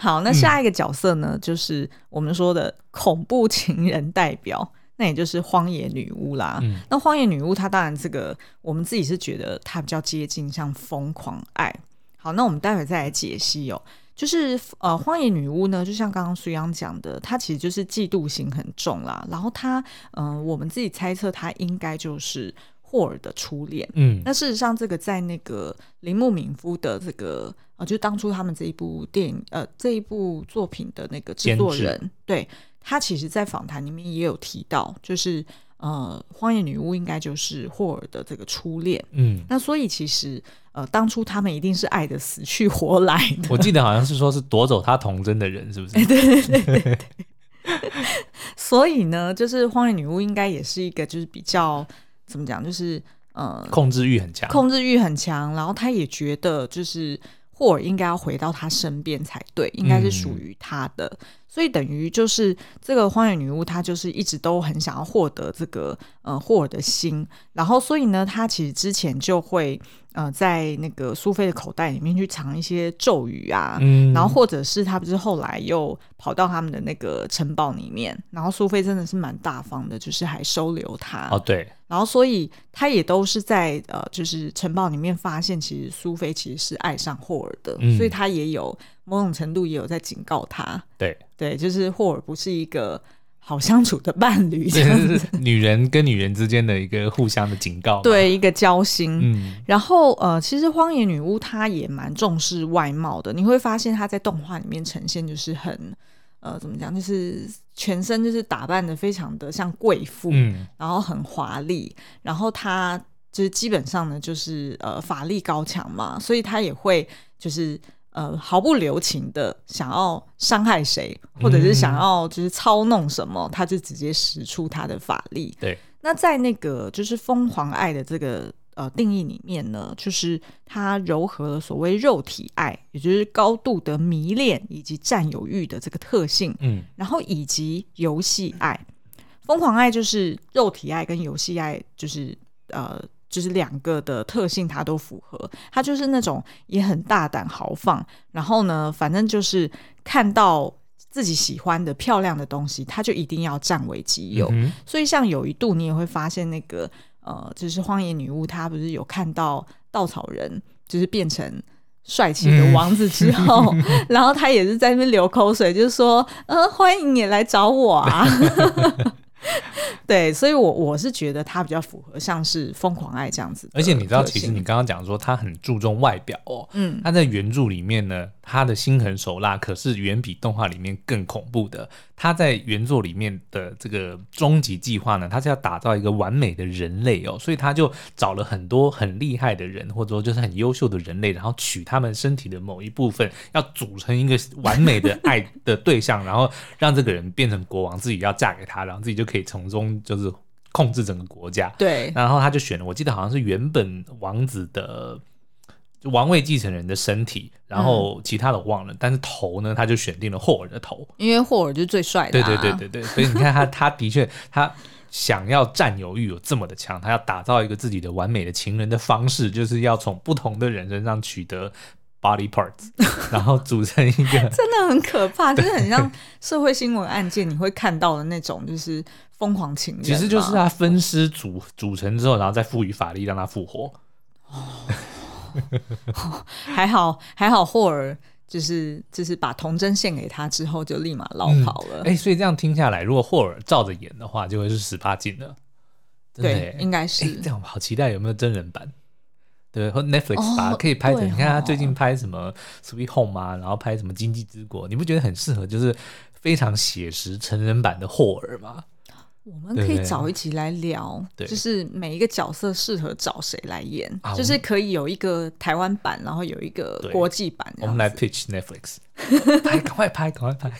[SPEAKER 1] 好，那下一个角色呢，就是我们说的恐怖情人代表， 那也就是荒野女巫啦。
[SPEAKER 2] 嗯
[SPEAKER 1] 那荒野女巫她当然这个，我们自己是觉得她比较接近像疯狂爱。好，那我们待会再来解析哦。就是呃，荒野女巫呢，就像刚刚苏央讲的，她其实就是嫉妒心很重啦。然后她，嗯、我们自己猜测她应该就是霍尔的初恋。
[SPEAKER 2] 嗯
[SPEAKER 1] 那事实上，这个在那个铃木敏夫的这个呃，就当初他们这一部电影呃这一部作品的那个制作
[SPEAKER 2] 监
[SPEAKER 1] 人，对他其实在访谈里面也有提到，就是呃，《荒野女巫》应该就是霍尔的这个初恋。
[SPEAKER 2] 嗯，
[SPEAKER 1] 那所以其实呃，当初他们一定是爱的死去活来的，
[SPEAKER 2] 我记得好像是说是夺走他童真的人，是不是？
[SPEAKER 1] 所以呢，就是《荒野女巫》应该也是一个就是比较怎么讲，就是呃，
[SPEAKER 2] 控制欲很强，
[SPEAKER 1] 控制欲很强，然后他也觉得就是霍尔应该要回到他身边才对，应该是属于他的，所以等于就是这个荒野女巫，她就是一直都很想要获得这个呃霍尔的心，然后所以呢，她其实之前就会呃在那个苏菲的口袋里面去藏一些咒语啊，
[SPEAKER 2] 嗯，
[SPEAKER 1] 然后或者是他不是后来又跑到他们的那个城堡里面，然后苏菲真的是蛮大方的，就是还收留他
[SPEAKER 2] 哦对，
[SPEAKER 1] 然后所以他也都是在呃，就是城堡里面发现，其实苏菲其实是爱上霍尔的，
[SPEAKER 2] 嗯
[SPEAKER 1] 所以他也有某种程度也有在警告他，
[SPEAKER 2] 对
[SPEAKER 1] 对，就是霍尔不是一个好相处的伴侣， 这
[SPEAKER 2] 这
[SPEAKER 1] 样
[SPEAKER 2] 是女人跟女人之间的一个互相的警告，，
[SPEAKER 1] 对一个交心。
[SPEAKER 2] 嗯
[SPEAKER 1] 然后呃，其实《荒野女巫》她也蛮重视外貌的，你会发现她在动画里面呈现就是很呃，怎么讲，就是全身就是打扮的非常的像贵妇，
[SPEAKER 2] 嗯，
[SPEAKER 1] 然后很华丽，然后他就是基本上呢，就是呃法力高强嘛，所以他也会就是呃毫不留情的想要伤害谁，或者是想要就是操弄什么，他就直接使出他的法力。
[SPEAKER 2] 对，
[SPEAKER 1] 那在那个就是疯狂爱的这个。呃定义里面呢，就是它糅合了所谓肉体爱，也就是高度的迷恋以及占有欲的这个特性，
[SPEAKER 2] 嗯
[SPEAKER 1] 然后以及游戏爱。疯狂爱就是肉体爱跟游戏爱，就是呃，就是两个的特性它都符合。它就是那种也很大胆豪放，然后呢，反正就是看到自己喜欢的漂亮的东西，他就一定要占为己有。
[SPEAKER 2] 嗯
[SPEAKER 1] 所以像有一度你也会发现那个呃，就是荒野女巫，她不是有看到稻草人就是变成。帅气
[SPEAKER 2] 嗯
[SPEAKER 1] 的王子之 后，然后她也是在那边流口水，就是说，呃，欢迎你来找我 啊。 对，所以我，我是觉得她比较符合像是疯狂爱这样子的特
[SPEAKER 2] 而
[SPEAKER 1] 性。
[SPEAKER 2] 且你知道，其实你刚刚讲说他很注重外表哦，
[SPEAKER 1] 嗯，
[SPEAKER 2] 他在原著里面呢，他的心狠手辣可是远比动画里面更恐怖的。他在原作里面的这个终极计划呢，他是要打造一个完美的人类哦，所以他就找了很多很厉害的人，或者说就是很优秀的人类，然后取他们身体的某一部分，要组成一个完美的爱的对象，然后让这个人变成国王，自己要嫁给他，然后自己就可以从中就是控制整个国家。
[SPEAKER 1] 对，
[SPEAKER 2] 然后他就选了，我记得好像是原本王子的就王位继承人的身体，然后其他的我忘了，但是头呢，他就选定了霍尔的头。
[SPEAKER 1] 因为霍尔就是最帅的、
[SPEAKER 2] 对
[SPEAKER 1] 啊，
[SPEAKER 2] 对对对对，所以你看他，他的确他。想要占有欲有这么的强，他要打造一个自己的完美的情人的方式，就是要从不同的人身上取得 body parts，然后组成一个
[SPEAKER 1] 真的很可怕，就是很像社会新闻案件你会看到的那种，就是疯狂情人嘛。
[SPEAKER 2] 其实就是它分尸组组成之后，然后再赋予法力让它复活。
[SPEAKER 1] 还好还好，霍尔就是就是把童真献给他之后，就立马落跑了。
[SPEAKER 2] 哎、所以这样听下来，如果霍尔照着演的话，就会是十八禁了。真
[SPEAKER 1] 对
[SPEAKER 2] 的耶，
[SPEAKER 1] 应该是、
[SPEAKER 2] 哎、这样我好期待有没有真人版？对，或 Netflix
[SPEAKER 1] 哦
[SPEAKER 2] 吧，可以拍成。
[SPEAKER 1] 对
[SPEAKER 2] 你看他
[SPEAKER 1] 哦
[SPEAKER 2] 最近拍什么《Sweet Home》啊，然后拍什么《经济之国》，你不觉得很适合就是非常写实成人版的霍尔吗？
[SPEAKER 1] 我们可以
[SPEAKER 2] 对
[SPEAKER 1] 找一集来聊，
[SPEAKER 2] 对
[SPEAKER 1] 就是每一个角色适合找谁来演，
[SPEAKER 2] 啊
[SPEAKER 1] 就是可以有一个台湾版，然后有一个
[SPEAKER 2] 对
[SPEAKER 1] 国际版这
[SPEAKER 2] 我
[SPEAKER 1] 样
[SPEAKER 2] 们
[SPEAKER 1] 子。
[SPEAKER 2] 来 pitch Netflix，拍， 赶快拍，赶快拍。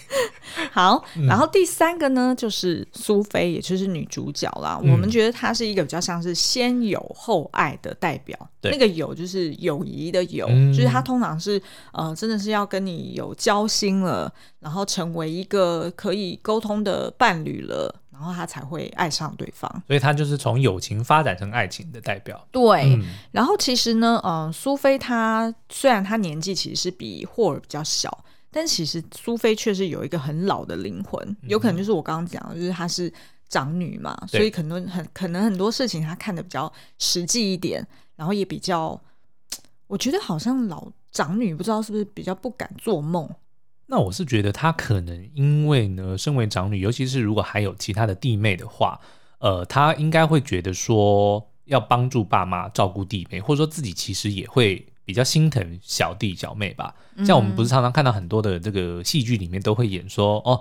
[SPEAKER 1] 好，
[SPEAKER 2] 嗯
[SPEAKER 1] 然后第三个呢，就是苏菲，也就是女主角啦。
[SPEAKER 2] 嗯
[SPEAKER 1] 我们觉得她是一个比较像是先有后爱的代表。
[SPEAKER 2] 对
[SPEAKER 1] 那个友就是友谊的友，
[SPEAKER 2] 嗯
[SPEAKER 1] 就是她通常是呃，真的是要跟你有交心了，然后成为一个可以沟通的伴侣了，然后她才会爱上对方。
[SPEAKER 2] 所以他就是从友情发展成爱情的代表。
[SPEAKER 1] 对，
[SPEAKER 2] 嗯
[SPEAKER 1] 然后其实呢，嗯、苏菲她虽然她年纪其实是比霍尔比较小，但其实苏菲确实有一个很老的灵
[SPEAKER 2] 嗯
[SPEAKER 1] 魂，有可能就是我刚刚讲的，就是她是长女嘛，
[SPEAKER 2] 对
[SPEAKER 1] 所以可能很可能很多事情她看得比较实际一点，然后也比较，我觉得好像老长女不知道是不是比较不敢做梦，
[SPEAKER 2] 那我是觉得她可能因为呢，身为长女，尤其是如果还有其他的弟妹的话，呃，她应该会觉得说要帮助爸妈照顾弟妹，或者说自己其实也会比较心疼小弟小妹吧。像我们
[SPEAKER 1] 嗯
[SPEAKER 2] 不是常常看到很多的这个戏剧里面都会演说哦，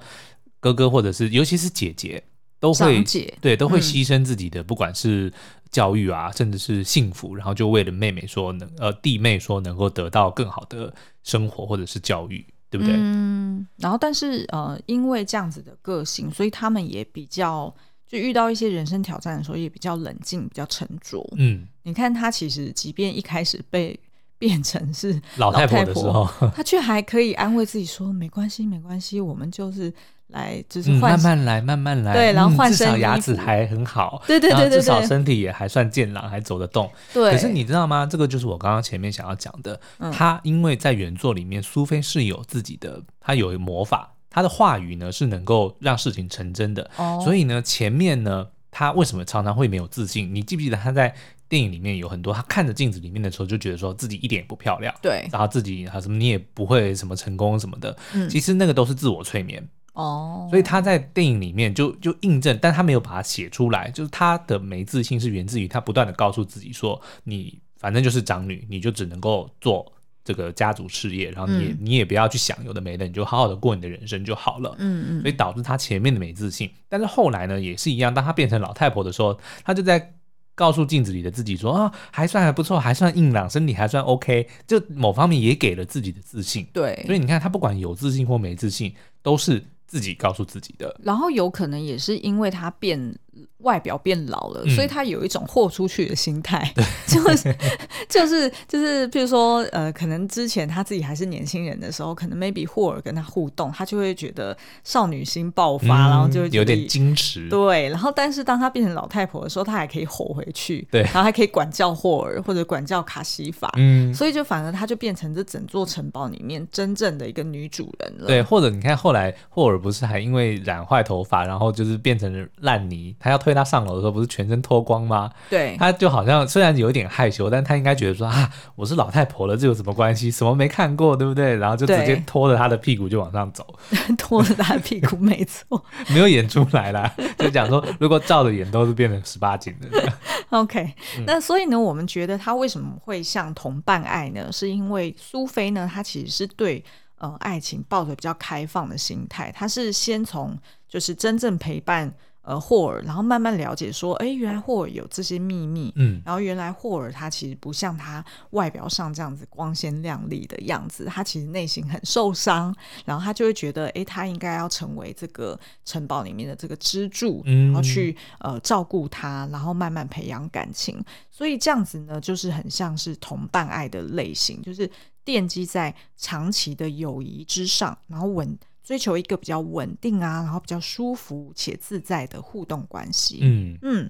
[SPEAKER 2] 哥哥或者是尤其是姐姐都会
[SPEAKER 1] 长姐
[SPEAKER 2] 对都会
[SPEAKER 1] 嗯
[SPEAKER 2] 牺牲自己的，不管是教育啊，甚至是幸福，然后就为了妹妹说能呃弟妹说能够得到更好的生活或者是教育，对不对？
[SPEAKER 1] 嗯，然后但是呃，因为这样子的个性，所以他们也比较。就遇到一些人生挑战的时候，也比较冷静，比较沉着。
[SPEAKER 2] 嗯，
[SPEAKER 1] 你看他其实即便一开始被变成是
[SPEAKER 2] 老太婆的时候，
[SPEAKER 1] 他却还可以安慰自己说：“没关系，没关系，我们就是来就是
[SPEAKER 2] 嗯，
[SPEAKER 1] 换、
[SPEAKER 2] 慢慢来，慢慢来，
[SPEAKER 1] 对然后
[SPEAKER 2] 嗯
[SPEAKER 1] 换
[SPEAKER 2] 至少
[SPEAKER 1] 身
[SPEAKER 2] 牙
[SPEAKER 1] 衣
[SPEAKER 2] 齿
[SPEAKER 1] 服
[SPEAKER 2] 还很好，
[SPEAKER 1] 对对
[SPEAKER 2] 然后
[SPEAKER 1] 对对
[SPEAKER 2] 啊至少
[SPEAKER 1] 对
[SPEAKER 2] 身体也还算健朗，还走得动。
[SPEAKER 1] 对。”
[SPEAKER 2] 可是你知道吗？这个就是我刚刚前面想要讲的，
[SPEAKER 1] 嗯
[SPEAKER 2] 她因为在原作里面，苏菲是有自己的，她有魔法，她的话语呢是能够让事情成真的，
[SPEAKER 1] 哦，
[SPEAKER 2] 所
[SPEAKER 1] 以
[SPEAKER 2] 以呢，前面呢，他为什么常常会没有自信？你记不记得他在电影里面有很多，他看着镜子里面的时候就觉得说自己一点也不漂亮，
[SPEAKER 1] 对
[SPEAKER 2] 然后自己啊什么你也不会什么成功什么的，
[SPEAKER 1] 嗯
[SPEAKER 2] 其实那个都是自我催眠。
[SPEAKER 1] 哦，
[SPEAKER 2] 所以他在电影里面就就印证，但他没有把它写出来，就是他的没自信是源自于他不断的告诉自己说，你反正就是长女，你就只能够做这个家族事业，然后你也、
[SPEAKER 1] 嗯
[SPEAKER 2] 你也不要去想有的没的，你就好好的过你的人生就好了。
[SPEAKER 1] 嗯
[SPEAKER 2] 所
[SPEAKER 1] 嗯
[SPEAKER 2] 以导致她前面的没自信。但是后来呢，也是一样，当她变成老太婆的时候，她就在告诉镜子里的自己说啊，还算还不错，还算硬朗，身体还算 OK，就某方面也给了自己的自信。所
[SPEAKER 1] 对。
[SPEAKER 2] 以你看，她不管有自信或没自信，都是自己告诉自己的。
[SPEAKER 1] 然后有可能也是因为他变外表变老了，
[SPEAKER 2] 嗯
[SPEAKER 1] 所以他有一种豁出去的心态，就是 就是就是，比如说呃，可能之前他自己还是年轻人的时候，可能 maybe 霍尔跟他互动，他就会觉得少女心爆发，然后就会
[SPEAKER 2] 嗯
[SPEAKER 1] 觉
[SPEAKER 2] 有
[SPEAKER 1] 得
[SPEAKER 2] 点矜持，
[SPEAKER 1] 对，然后但是当她变成老太婆的时候，她还可以吼回去，
[SPEAKER 2] 对
[SPEAKER 1] 然后还可以管教霍尔或者管教卡西法，
[SPEAKER 2] 嗯，
[SPEAKER 1] 所以就反而她就变成这整座城堡里面真正的一个女主人了。
[SPEAKER 2] 对，或者你看后来霍尔不是还因为染坏头发，然后就是变成烂泥，他要推他上楼的时候，不是全身脱光吗？
[SPEAKER 1] 对
[SPEAKER 2] 他就好像虽然有一点害羞，但他应该觉得说啊，我是老太婆了，这有什么关系？什么没看过，对不对？然后就直接
[SPEAKER 1] 对
[SPEAKER 2] 拖着他的屁股就往上走，
[SPEAKER 1] 拖着她的屁股，没错。
[SPEAKER 2] 没有演出来 啦，就讲说如果照着演都是变成十八禁的。
[SPEAKER 1] OK，、那
[SPEAKER 2] 嗯
[SPEAKER 1] 所以呢，我们觉得他为什么会像同伴爱呢？是因为苏菲呢，她其实是对呃爱情抱着比较开放的心态，她是先从就是真正陪伴呃霍尔，然后慢慢了解说，哎，原来霍尔有这些秘密，
[SPEAKER 2] 嗯
[SPEAKER 1] 然后原来霍尔他其实不像他外表上这样子光鲜亮丽的样子，他其实内心很受伤，然后他就会觉得，诶，他应该要成为这个城堡里面的这个支柱，
[SPEAKER 2] 嗯
[SPEAKER 1] 然后去呃照顾他，然后慢慢培养感情。所以这样子呢，就是很像是同伴爱的类型，就是奠基在长期的友谊之上，然后稳。追求一个比较稳定啊，然后比较舒服且自在的互动关系。
[SPEAKER 2] 嗯，
[SPEAKER 1] 嗯，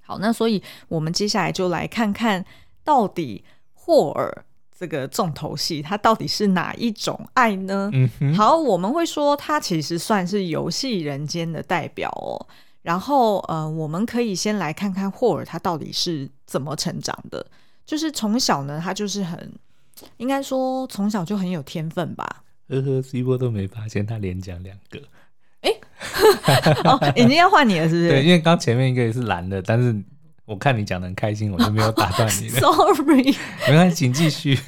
[SPEAKER 1] 好，那所以我们接下来就来看看到底霍尔这个重头戏，它到底是哪一种爱呢？
[SPEAKER 2] 嗯哼，
[SPEAKER 1] 好，我们会说它其实算是游戏人间的代表哦。然后，呃，我们可以先来看看霍尔他到底是怎么成长的。就是从小呢，他就是很，应该说从小就很有天分吧。
[SPEAKER 2] 呵呵，C 波都没发现他连讲两个。
[SPEAKER 1] 哦，已经要换你了，是不是？
[SPEAKER 2] 对，因为刚前面一个是蓝的，但是我看你讲的很开心，我就没有打断 你 了。
[SPEAKER 1] Sorry，
[SPEAKER 2] 没关系，请继续。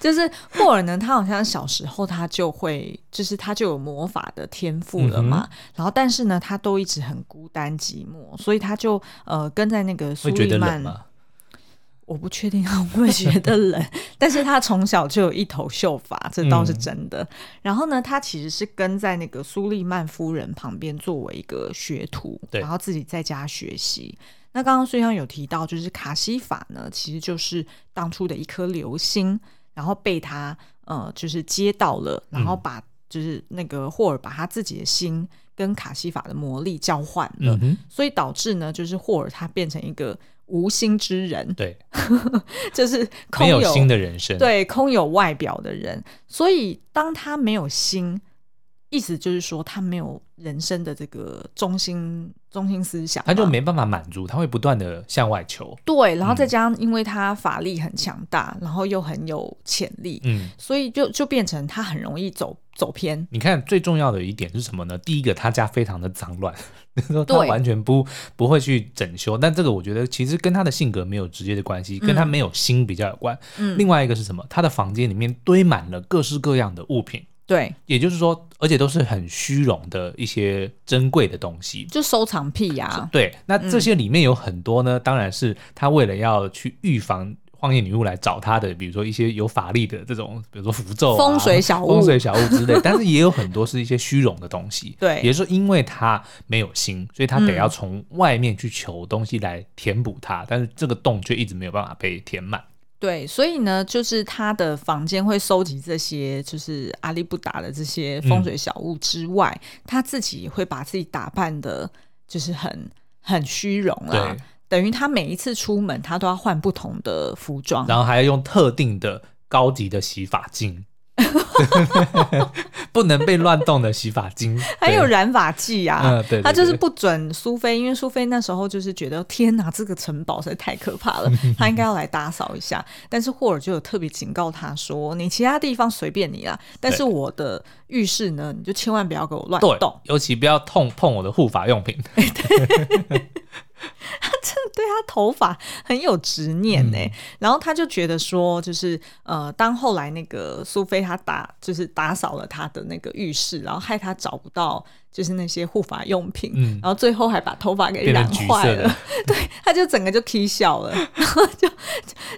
[SPEAKER 1] 就是霍尔呢，他好像小时候他就会，就是他就有魔法的天赋了
[SPEAKER 2] 嗯
[SPEAKER 1] 嘛。然后，但是呢，他都一直很孤单寂寞，所以他就呃跟在那个苏
[SPEAKER 2] 会觉
[SPEAKER 1] 利
[SPEAKER 2] 得冷
[SPEAKER 1] 曼，
[SPEAKER 2] 吗？
[SPEAKER 1] 我不确定他 会不会觉得冷， 但是他从小就有一头秀发，这倒
[SPEAKER 2] 嗯
[SPEAKER 1] 是真的。然后呢，他其实是跟在那个苏利曼夫人旁边作为一个学徒，
[SPEAKER 2] 对
[SPEAKER 1] 然后自己在家学习。那刚刚虽然有提到，就是卡西法呢，其实就是当初的一颗流星，然后被他呃就是接到了，
[SPEAKER 2] 嗯
[SPEAKER 1] 然后把、就是那个霍尔把他自己的心跟卡西法的魔力交换了，
[SPEAKER 2] 嗯哼，
[SPEAKER 1] 所以导致呢，就是霍尔他变成一个无心之人。
[SPEAKER 2] 对，
[SPEAKER 1] 就是空
[SPEAKER 2] 没
[SPEAKER 1] 有
[SPEAKER 2] 有新的人生。，
[SPEAKER 1] 对空有外表的人，所以当他没有心，意思就是说他没有人生的这个中心中心思想嘛，
[SPEAKER 2] 他就没办法满足，他会不断的向外求。
[SPEAKER 1] 对，然后再
[SPEAKER 2] 嗯
[SPEAKER 1] 加上因为他法力很强大，然后又很有潜力，
[SPEAKER 2] 嗯，
[SPEAKER 1] 所以就就变成他很容易走走偏。
[SPEAKER 2] 你看最重要的一点是什么呢？第一个，他家非常的脏乱， 就是说他
[SPEAKER 1] 对
[SPEAKER 2] 完全不不会去整修。但这个我觉得其实跟他的性格没有直接的关系，跟他没有心比较有关。
[SPEAKER 1] 嗯
[SPEAKER 2] 另外一个是什么？他的房间里面堆满了各式各样的物品。
[SPEAKER 1] 对，
[SPEAKER 2] 也就是说，而且都是很虚荣的一些珍贵的东西，
[SPEAKER 1] 就收藏癖呀、
[SPEAKER 2] 对，那
[SPEAKER 1] 嗯
[SPEAKER 2] 这些里面有很多呢，当然是他为了要去预防。荒野女巫来找他的，比如说一些有法力的这种，比如说符咒、啊、
[SPEAKER 1] 风水小物
[SPEAKER 2] 风水小物之 类，但是也有很多是一些虚荣的东西。
[SPEAKER 1] 对嗯
[SPEAKER 2] 也就是说，因为他没有心，所以他得要从外面去求东西来填补它，但是这个洞却一直没有办法被填满。
[SPEAKER 1] 对，所以呢，就是他的房间会收集这些，就是阿里不达的这些风
[SPEAKER 2] 嗯
[SPEAKER 1] 水小物之外，他自己也会把自己打扮的，就是很很虚荣啦
[SPEAKER 2] 对。
[SPEAKER 1] 等于他每一次出门，他都要换不同的服装。
[SPEAKER 2] 然后还要用特定的高级的洗 发精， 不能被乱动的洗发精。
[SPEAKER 1] 还有
[SPEAKER 2] 对
[SPEAKER 1] 染发剂啊，
[SPEAKER 2] 嗯对对
[SPEAKER 1] 他就是
[SPEAKER 2] 对
[SPEAKER 1] 不准苏菲，因为苏菲那时候就是觉得天哪，这个城堡实在太可 怕了，他应该要来打扫一下。但是霍尔就有特别警告他说，你其他地方随便你啦，但是
[SPEAKER 2] 对
[SPEAKER 1] 我的浴室呢，你就千万不要给我乱
[SPEAKER 2] 对
[SPEAKER 1] 动。，
[SPEAKER 2] 尤其不要碰碰我的护发用品。
[SPEAKER 1] 对他头发很有执念
[SPEAKER 2] 嗯
[SPEAKER 1] 呢、然后他就觉得说，就是呃，当后来那个苏菲她打就是打扫了他的那个浴室，然后害他找不到就是那些护发用品，
[SPEAKER 2] 嗯
[SPEAKER 1] 然后最后还把头发给
[SPEAKER 2] 变成
[SPEAKER 1] 染
[SPEAKER 2] 橘
[SPEAKER 1] 坏
[SPEAKER 2] 色的
[SPEAKER 1] 了， 对，他就整个就踢笑了，然后就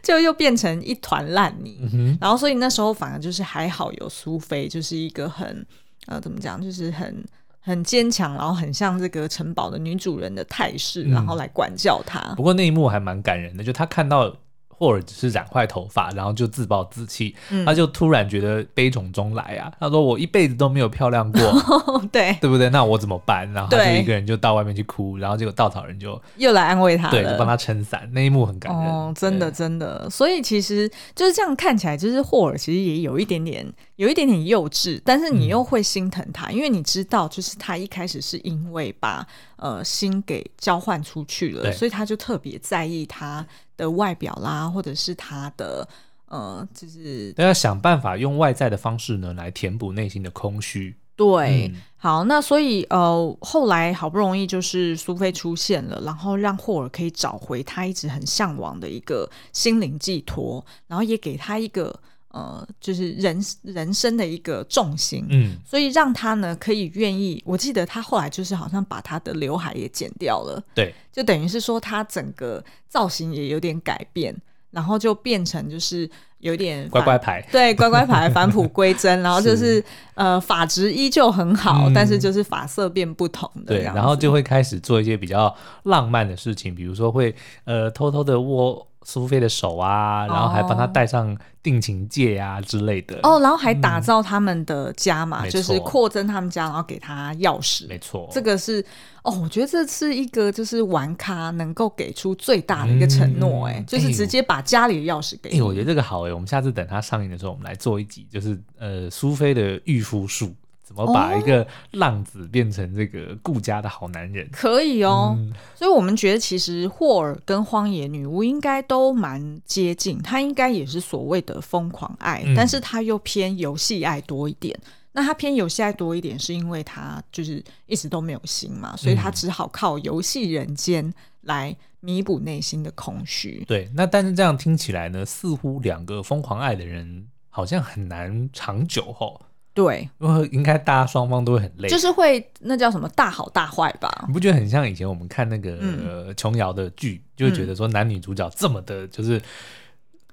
[SPEAKER 1] 就又变成一团烂泥。
[SPEAKER 2] 嗯
[SPEAKER 1] 然后所以那时候反而就是还好有苏菲，就是一个很呃怎么讲，就是很。很坚强，然后很像这个城堡的女主人的态势，
[SPEAKER 2] 嗯
[SPEAKER 1] 然后来管教她。
[SPEAKER 2] 不过那一幕还蛮感人的，就他看到霍尔只是染坏头发，然后就自暴自弃，
[SPEAKER 1] 嗯
[SPEAKER 2] 他就突然觉得悲从中来啊。他说：“我一辈子都没有漂 亮过，
[SPEAKER 1] 哦，对，
[SPEAKER 2] 对不对？那我怎么办？”然后他就
[SPEAKER 1] 对
[SPEAKER 2] 一个人就到外面去哭，然后结果稻草人就
[SPEAKER 1] 又来安慰她
[SPEAKER 2] 对，就
[SPEAKER 1] 了。
[SPEAKER 2] 帮他撑伞。那一幕很感人，
[SPEAKER 1] 哦，真的
[SPEAKER 2] 对。
[SPEAKER 1] 真的，所以其实就是这样看起来，就是霍尔其实也有一点点，有一点点幼稚，但是
[SPEAKER 2] 嗯
[SPEAKER 1] 你又会心疼他，因为你知道，就是他一开始是因为把呃心给交换出去了，
[SPEAKER 2] 对
[SPEAKER 1] 所以他就特别在意他的外表啦，或者是他的呃，就是
[SPEAKER 2] 那要想办法用外在的方式呢，来填补内心的空虚。
[SPEAKER 1] 对。
[SPEAKER 2] 嗯
[SPEAKER 1] 好，那所以呃，后来好不容易就是苏菲出现了，然后让霍尔可以找回他一直很向往的一个心灵寄托，然后也给他一个呃，就是人人生的一个重心。
[SPEAKER 2] 嗯，
[SPEAKER 1] 所以让他呢可以愿意，我记得他后来就是好像把他的刘海也剪掉了，
[SPEAKER 2] 对，
[SPEAKER 1] 就等于是说他整个造型也有点改变，然后就变成就是有点
[SPEAKER 2] 乖
[SPEAKER 1] 反
[SPEAKER 2] 乖牌。
[SPEAKER 1] 对，乖乖牌返璞归真，然后就是呃，发质依旧很好，
[SPEAKER 2] 嗯
[SPEAKER 1] 但是就是发色变不同的这
[SPEAKER 2] 对，
[SPEAKER 1] 样子，
[SPEAKER 2] 然后就会开始做一些比较浪漫的事情，比如说会呃偷偷的握苏菲的手啊，然后还帮她
[SPEAKER 1] 哦
[SPEAKER 2] 戴上定情戒啊之类的。
[SPEAKER 1] 哦，，然后还打造他们的家嘛，
[SPEAKER 2] 嗯没错
[SPEAKER 1] 就是扩增他们家，然后给他钥匙。
[SPEAKER 2] 没错，
[SPEAKER 1] 这个是哦，我觉得这是一个就是玩咖能够给出最大的一个承诺、
[SPEAKER 2] 嗯
[SPEAKER 1] 哎、就是直接把家里的钥匙给
[SPEAKER 2] 哎、
[SPEAKER 1] 你。
[SPEAKER 2] 我觉得这个好哎、我们下次等它上映的时候，我们来做一集，就是呃苏菲的御夫术，怎么把
[SPEAKER 1] 哦
[SPEAKER 2] 一个浪子变成这个顾家的好男人。
[SPEAKER 1] 可以哦，
[SPEAKER 2] 嗯
[SPEAKER 1] 所以我们觉得其实霍尔跟荒野女巫应该都蛮接近，他应该也是所谓的疯狂爱，
[SPEAKER 2] 嗯
[SPEAKER 1] 但是他又偏游戏爱多一点。那他偏游戏爱多一点，是因为他就是一直都没有心嘛，
[SPEAKER 2] 嗯
[SPEAKER 1] 所以他只好靠游戏人间来弥补内心的空虚。
[SPEAKER 2] 对，那但是这样听起来呢，似乎两个疯狂爱的人好像很难长久吼，
[SPEAKER 1] 对，
[SPEAKER 2] 因为应该大家双方都会很累，
[SPEAKER 1] 就是会那叫什么大好大坏吧
[SPEAKER 2] 你。不觉得很像以前我们看那个
[SPEAKER 1] 嗯
[SPEAKER 2] 呃琼瑶的剧，就会觉得说男女主角这么的，就是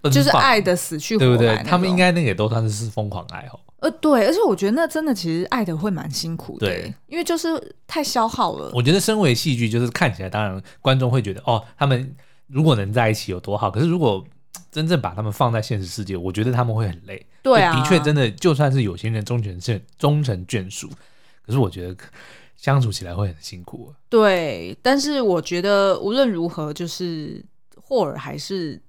[SPEAKER 2] 奔
[SPEAKER 1] 就是
[SPEAKER 2] 放，
[SPEAKER 1] 爱的死去活
[SPEAKER 2] 对
[SPEAKER 1] 来
[SPEAKER 2] 不
[SPEAKER 1] 那种，
[SPEAKER 2] 对？他们应该那个也都算是是疯狂爱哦。
[SPEAKER 1] 呃对，而且我觉得那真的其实爱的会蛮辛苦的
[SPEAKER 2] 对，
[SPEAKER 1] 因为就是太消耗了。
[SPEAKER 2] 我觉得身为戏剧，就是看起来当然观众会觉得哦，他们如果能在一起有多好，可是如果真正把他们放在现实世界，我觉得他们会很累。
[SPEAKER 1] 对啊，
[SPEAKER 2] 就的确真的，就算是有些人终成眷终成眷属，可是我觉得相处起来会很辛苦。
[SPEAKER 1] 对，但是我觉得无论如何，就是霍尔还是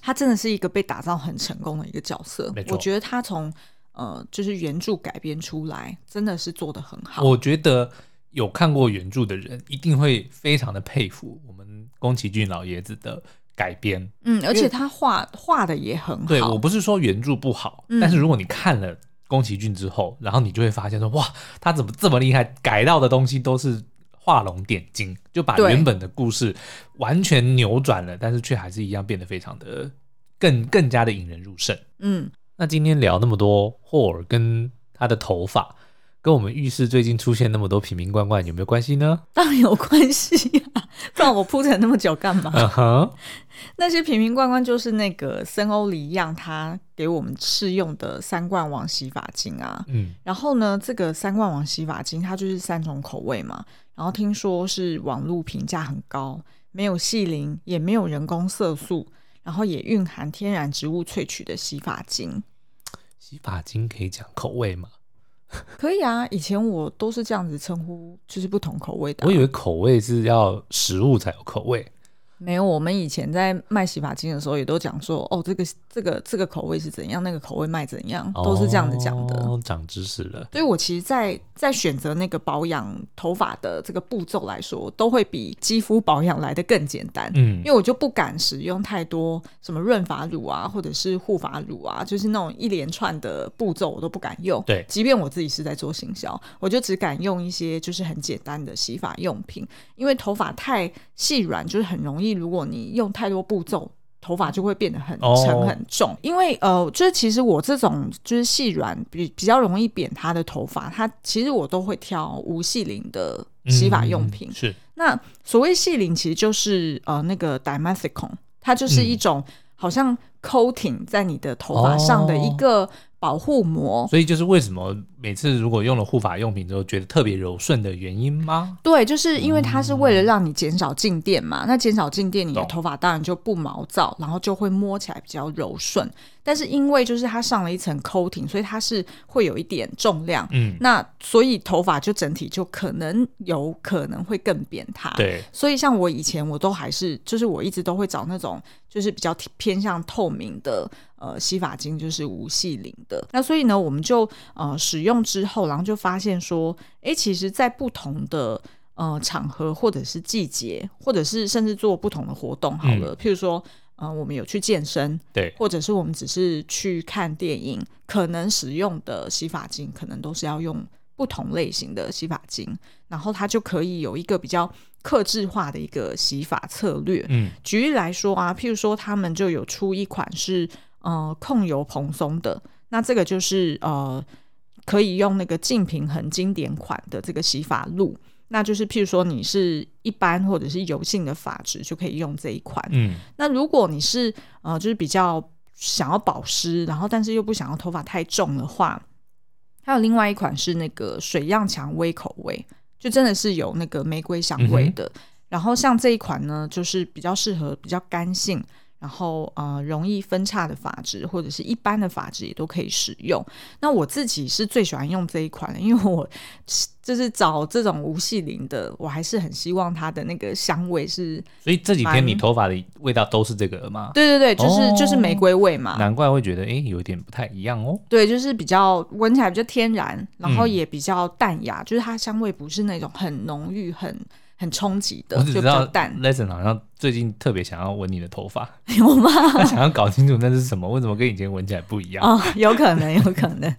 [SPEAKER 1] 他真的是一个被打造很成功的一个角色
[SPEAKER 2] 没。错
[SPEAKER 1] 我觉得他从呃，就是原著改编出来，真的是做的很好。
[SPEAKER 2] 我觉得有看过原著的人一定会非常的佩服我们宫崎骏老爷子的改编。
[SPEAKER 1] 嗯，而且他画画的也很好。
[SPEAKER 2] 对我不是说原著不好，
[SPEAKER 1] 嗯
[SPEAKER 2] 但是如果你看了宫崎骏之后，然后你就会发现说，哇，他怎么这么厉害？改到的东西都是画龙点睛，就把
[SPEAKER 1] 对
[SPEAKER 2] 原本的故事完全扭转了，但是却还是一样变得非常的更更加的引人入胜。
[SPEAKER 1] 嗯，
[SPEAKER 2] 那今天聊那么多霍尔跟他的头发，跟我们浴室最近出现那么多瓶瓶罐罐有没有关系呢？
[SPEAKER 1] 当然有关系啊，不然我铺陈那么久干嘛？
[SPEAKER 2] 嗯哼，
[SPEAKER 1] 那些瓶瓶罐罐就是那个森欧里让他给我们试用的三冠王洗发精啊。
[SPEAKER 2] 嗯，
[SPEAKER 1] 然后呢，这个三冠王洗发精它就是三种口味嘛，然后听说是网络评价很高，没有细鳞，也没有人工色素，然后也蕴含天然植物萃取的洗发精。
[SPEAKER 2] 洗发精可以讲口味吗？
[SPEAKER 1] 可以啊，以前我都是这样子称呼，就是不同口味的啊、
[SPEAKER 2] 我以为口味是要食物才有口味。
[SPEAKER 1] 没有，我们以前在卖洗发精的时候，也都讲说，哦，这个这个这个口味是怎样，那个口味卖怎样，都是这样子讲的。
[SPEAKER 2] 哦，长知识了。
[SPEAKER 1] 所以我其实在，在选择那个保养头发的这个步骤来说，都会比肌肤保养来的更简单。
[SPEAKER 2] 嗯
[SPEAKER 1] 因，为我就不敢使用太多什么润发乳啊，或者是护发乳啊，就是那种一连串的步骤我都不敢用。
[SPEAKER 2] 对
[SPEAKER 1] 即便我自己是在做行销，我就只敢用一些就是很简单的洗发用品，因为头发太细软，就是很容易，如果你用太多步骤。头发就会变得很
[SPEAKER 2] 哦
[SPEAKER 1] 沉很重因为呃，就是其实我这种就是细软比比较容易扁塌的头发，它其实我都会挑无细鳞的洗发用品
[SPEAKER 2] 嗯，是
[SPEAKER 1] 那所谓细鳞其实就是呃那个
[SPEAKER 2] 嗯哦
[SPEAKER 1] dimethicone，它就是一种好像 coating 在你的头发上的一个保护膜。
[SPEAKER 2] 所以就是为什么每次如果用了护发用品之后觉得特别柔顺的原因吗？
[SPEAKER 1] 对，就是因为它是为了让你减少静电嘛。那减少静电，你的
[SPEAKER 2] 嗯懂
[SPEAKER 1] 头发当然就不毛躁，然后就会摸起来比较柔顺。但是因为就是它上了一层 coating，所以它是会有一点重量。
[SPEAKER 2] 嗯，
[SPEAKER 1] 那所以头发就整体就可能有可能会更扁塌。
[SPEAKER 2] 对，
[SPEAKER 1] 所以像我以前我都还是，就是我一直都会找那种就是比较偏向透明的呃洗发精，就是无细鳞的。那所以呢，我们就呃使用之后，然后就发现说，诶，其实在不同的。呃，场合或者是季节，或者是甚至做不同的活动好了，譬如说，呃，我们有去健身，
[SPEAKER 2] 对
[SPEAKER 1] 或者是我们只是去看电影，可能使用的洗发精可能都是要用不同类型的洗发精，然后它就可以有一个比较克制化的一个洗发策略。
[SPEAKER 2] 嗯，
[SPEAKER 1] 举例来说啊，譬如说他们就有出一款是呃控油蓬松的，那这个就是呃可以用那个净平衡经典款的这个洗发露。那就是，譬如说你是一般或者是油性的发质，就可以用这一款。
[SPEAKER 2] 嗯，
[SPEAKER 1] 那如果你是呃，就是比较想要保湿，然后但是又不想要头发太重的话，还有另外一款是那个水漾蔷薇口味，就真的是有那个玫瑰香味的。然后像这一款呢，就是比较适合比较干性，然后呃容易分叉的发质或者是一般的发质也都可以使用。那我自己是最喜欢用这一款的，因为我 就是找这种无细鳞的，我还是很希望它的那个香味是
[SPEAKER 2] 所以这几天你
[SPEAKER 1] 蛮
[SPEAKER 2] 头发的味道都是这个吗？
[SPEAKER 1] 对对对，就是、
[SPEAKER 2] 哦
[SPEAKER 1] 就是玫瑰味嘛，
[SPEAKER 2] 难怪会觉得哎、诶有点不太一样哦。
[SPEAKER 1] 对，就是比较闻起来比较天然，然后
[SPEAKER 2] 嗯
[SPEAKER 1] 也比较淡雅，就是它香味不是那种很浓郁、很很冲击的
[SPEAKER 2] 我，只
[SPEAKER 1] 就
[SPEAKER 2] 知
[SPEAKER 1] 比较
[SPEAKER 2] 道
[SPEAKER 1] 淡，
[SPEAKER 2] Lesson 好像最近特别想要闻你的头发，
[SPEAKER 1] 有吗？
[SPEAKER 2] 他想要搞清楚那是什么，为什么跟以前闻起来不一样？
[SPEAKER 1] 哦，有可能， 有可能。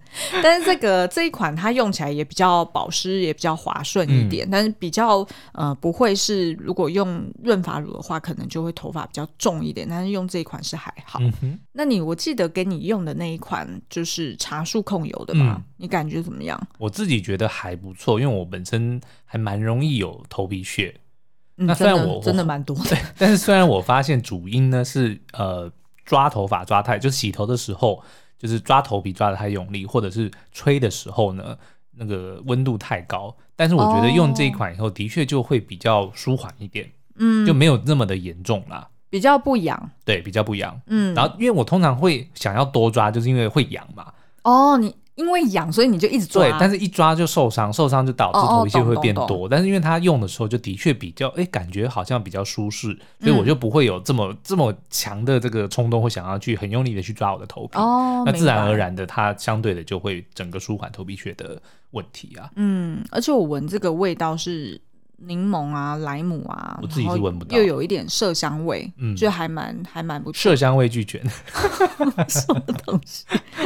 [SPEAKER 1] 但是这个这一款它用起来也比较保湿，也比较滑顺一
[SPEAKER 2] 嗯
[SPEAKER 1] 点，但是比较呃不会是如果用润发乳的话，可能就会头发比较重一点，但是用这一款是还好。
[SPEAKER 2] 嗯哼，
[SPEAKER 1] 那你我记得给你用的那一款就是茶树控油的嘛，
[SPEAKER 2] 嗯
[SPEAKER 1] 你感觉怎么样？
[SPEAKER 2] 我自己觉得还不错，因为我本身还蛮容易有头皮屑，
[SPEAKER 1] 嗯
[SPEAKER 2] 那虽
[SPEAKER 1] 真
[SPEAKER 2] 然
[SPEAKER 1] 的
[SPEAKER 2] 我
[SPEAKER 1] 真的蛮多的，
[SPEAKER 2] 但是虽然我发现主因呢是呃抓头发抓太，就是洗头的时候就是抓头皮抓的太用力，或者是吹的时候呢那个温度太高，但是我觉得用这一款以后的确就会比较舒缓一点，
[SPEAKER 1] 哦嗯，
[SPEAKER 2] 就没有那么的严重啦。
[SPEAKER 1] 比较不痒，
[SPEAKER 2] 对，比较不痒。
[SPEAKER 1] 嗯，
[SPEAKER 2] 然后因为我通常会想要多抓，就是因为会痒嘛。
[SPEAKER 1] 哦，你因为痒，所以你就一直抓，
[SPEAKER 2] 对，但是一抓就受伤，受伤就导致
[SPEAKER 1] 哦哦
[SPEAKER 2] 头皮屑会变
[SPEAKER 1] 懂懂
[SPEAKER 2] 多。但是因为它用的时候就的确比较，哎，感觉好像比较舒适，所以我就不会有这么、
[SPEAKER 1] 嗯
[SPEAKER 2] 这么强的这个冲动，会想要去很用力的去抓我的头皮。
[SPEAKER 1] 哦，
[SPEAKER 2] 那
[SPEAKER 1] 明
[SPEAKER 2] 自然
[SPEAKER 1] 白
[SPEAKER 2] 而，然的，它相对的就会整个舒缓头皮屑的问题啊。
[SPEAKER 1] 嗯，而且我闻这个味道是柠檬啊、莱姆啊，
[SPEAKER 2] 我自己
[SPEAKER 1] 然后
[SPEAKER 2] 是闻不到
[SPEAKER 1] 又有一点麝香味，
[SPEAKER 2] 嗯
[SPEAKER 1] 就还蛮还蛮不错
[SPEAKER 2] 麝香味俱全，
[SPEAKER 1] 的东西。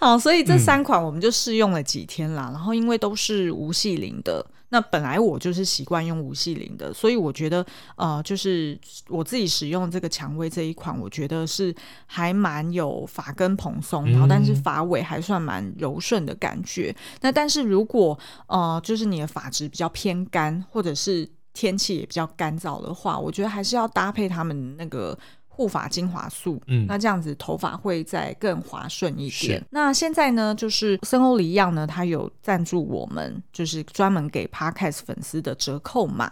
[SPEAKER 1] 好，所以这三款我们就试用了几天啦，然后因为都是无细鳞的。那本来我就是习惯用无细鳞的，所以我觉得，呃，就是我自己使用这个蔷薇这一款，我觉得是还蛮有发根蓬松，
[SPEAKER 2] 嗯
[SPEAKER 1] 然后但是发尾还算蛮柔顺的感觉。那但是如果呃，就是你的发质比较偏干，或者是天气也比较干燥的话，我觉得还是要搭配他们那个护发精华素，
[SPEAKER 2] 嗯
[SPEAKER 1] 那这样子头发会再更滑顺一点
[SPEAKER 2] 是。
[SPEAKER 1] 那现在呢，就是森欧黎漾呢，它有赞助我们，就是专门给 Podcast 粉丝的折扣码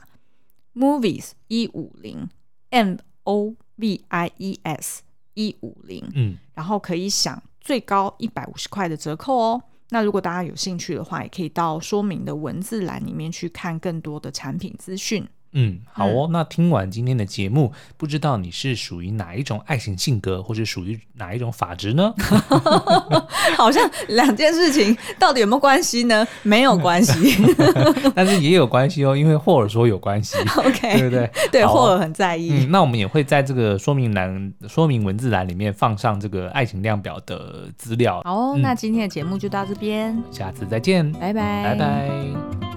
[SPEAKER 1] ，Movies 一五零 M O V I E S 一五零，
[SPEAKER 2] 嗯，
[SPEAKER 1] 然后可以享最高一百五十块的折扣哦。那如果大家有兴趣的话，也可以到说明的文字栏里面去看更多的产品资讯。
[SPEAKER 2] 嗯，好哦。那听完今天的节目，不知道你是属于哪一种爱情性格，或是属于哪一种发 质呢？
[SPEAKER 1] 好像两件事情到底有没有关系呢？没有关 系。
[SPEAKER 2] 但是也有关系哦，因为霍尔说有 关系，对
[SPEAKER 1] OK，
[SPEAKER 2] 不对？
[SPEAKER 1] 对，
[SPEAKER 2] 好哦
[SPEAKER 1] 霍尔很在意。
[SPEAKER 2] 嗯，那我们也会在这个说明栏、说明文字栏里面放上这个爱情量表的资料。
[SPEAKER 1] 好哦，
[SPEAKER 2] 嗯
[SPEAKER 1] 那今天的节目就到这边，
[SPEAKER 2] 下次再见，
[SPEAKER 1] 拜拜，
[SPEAKER 2] 拜拜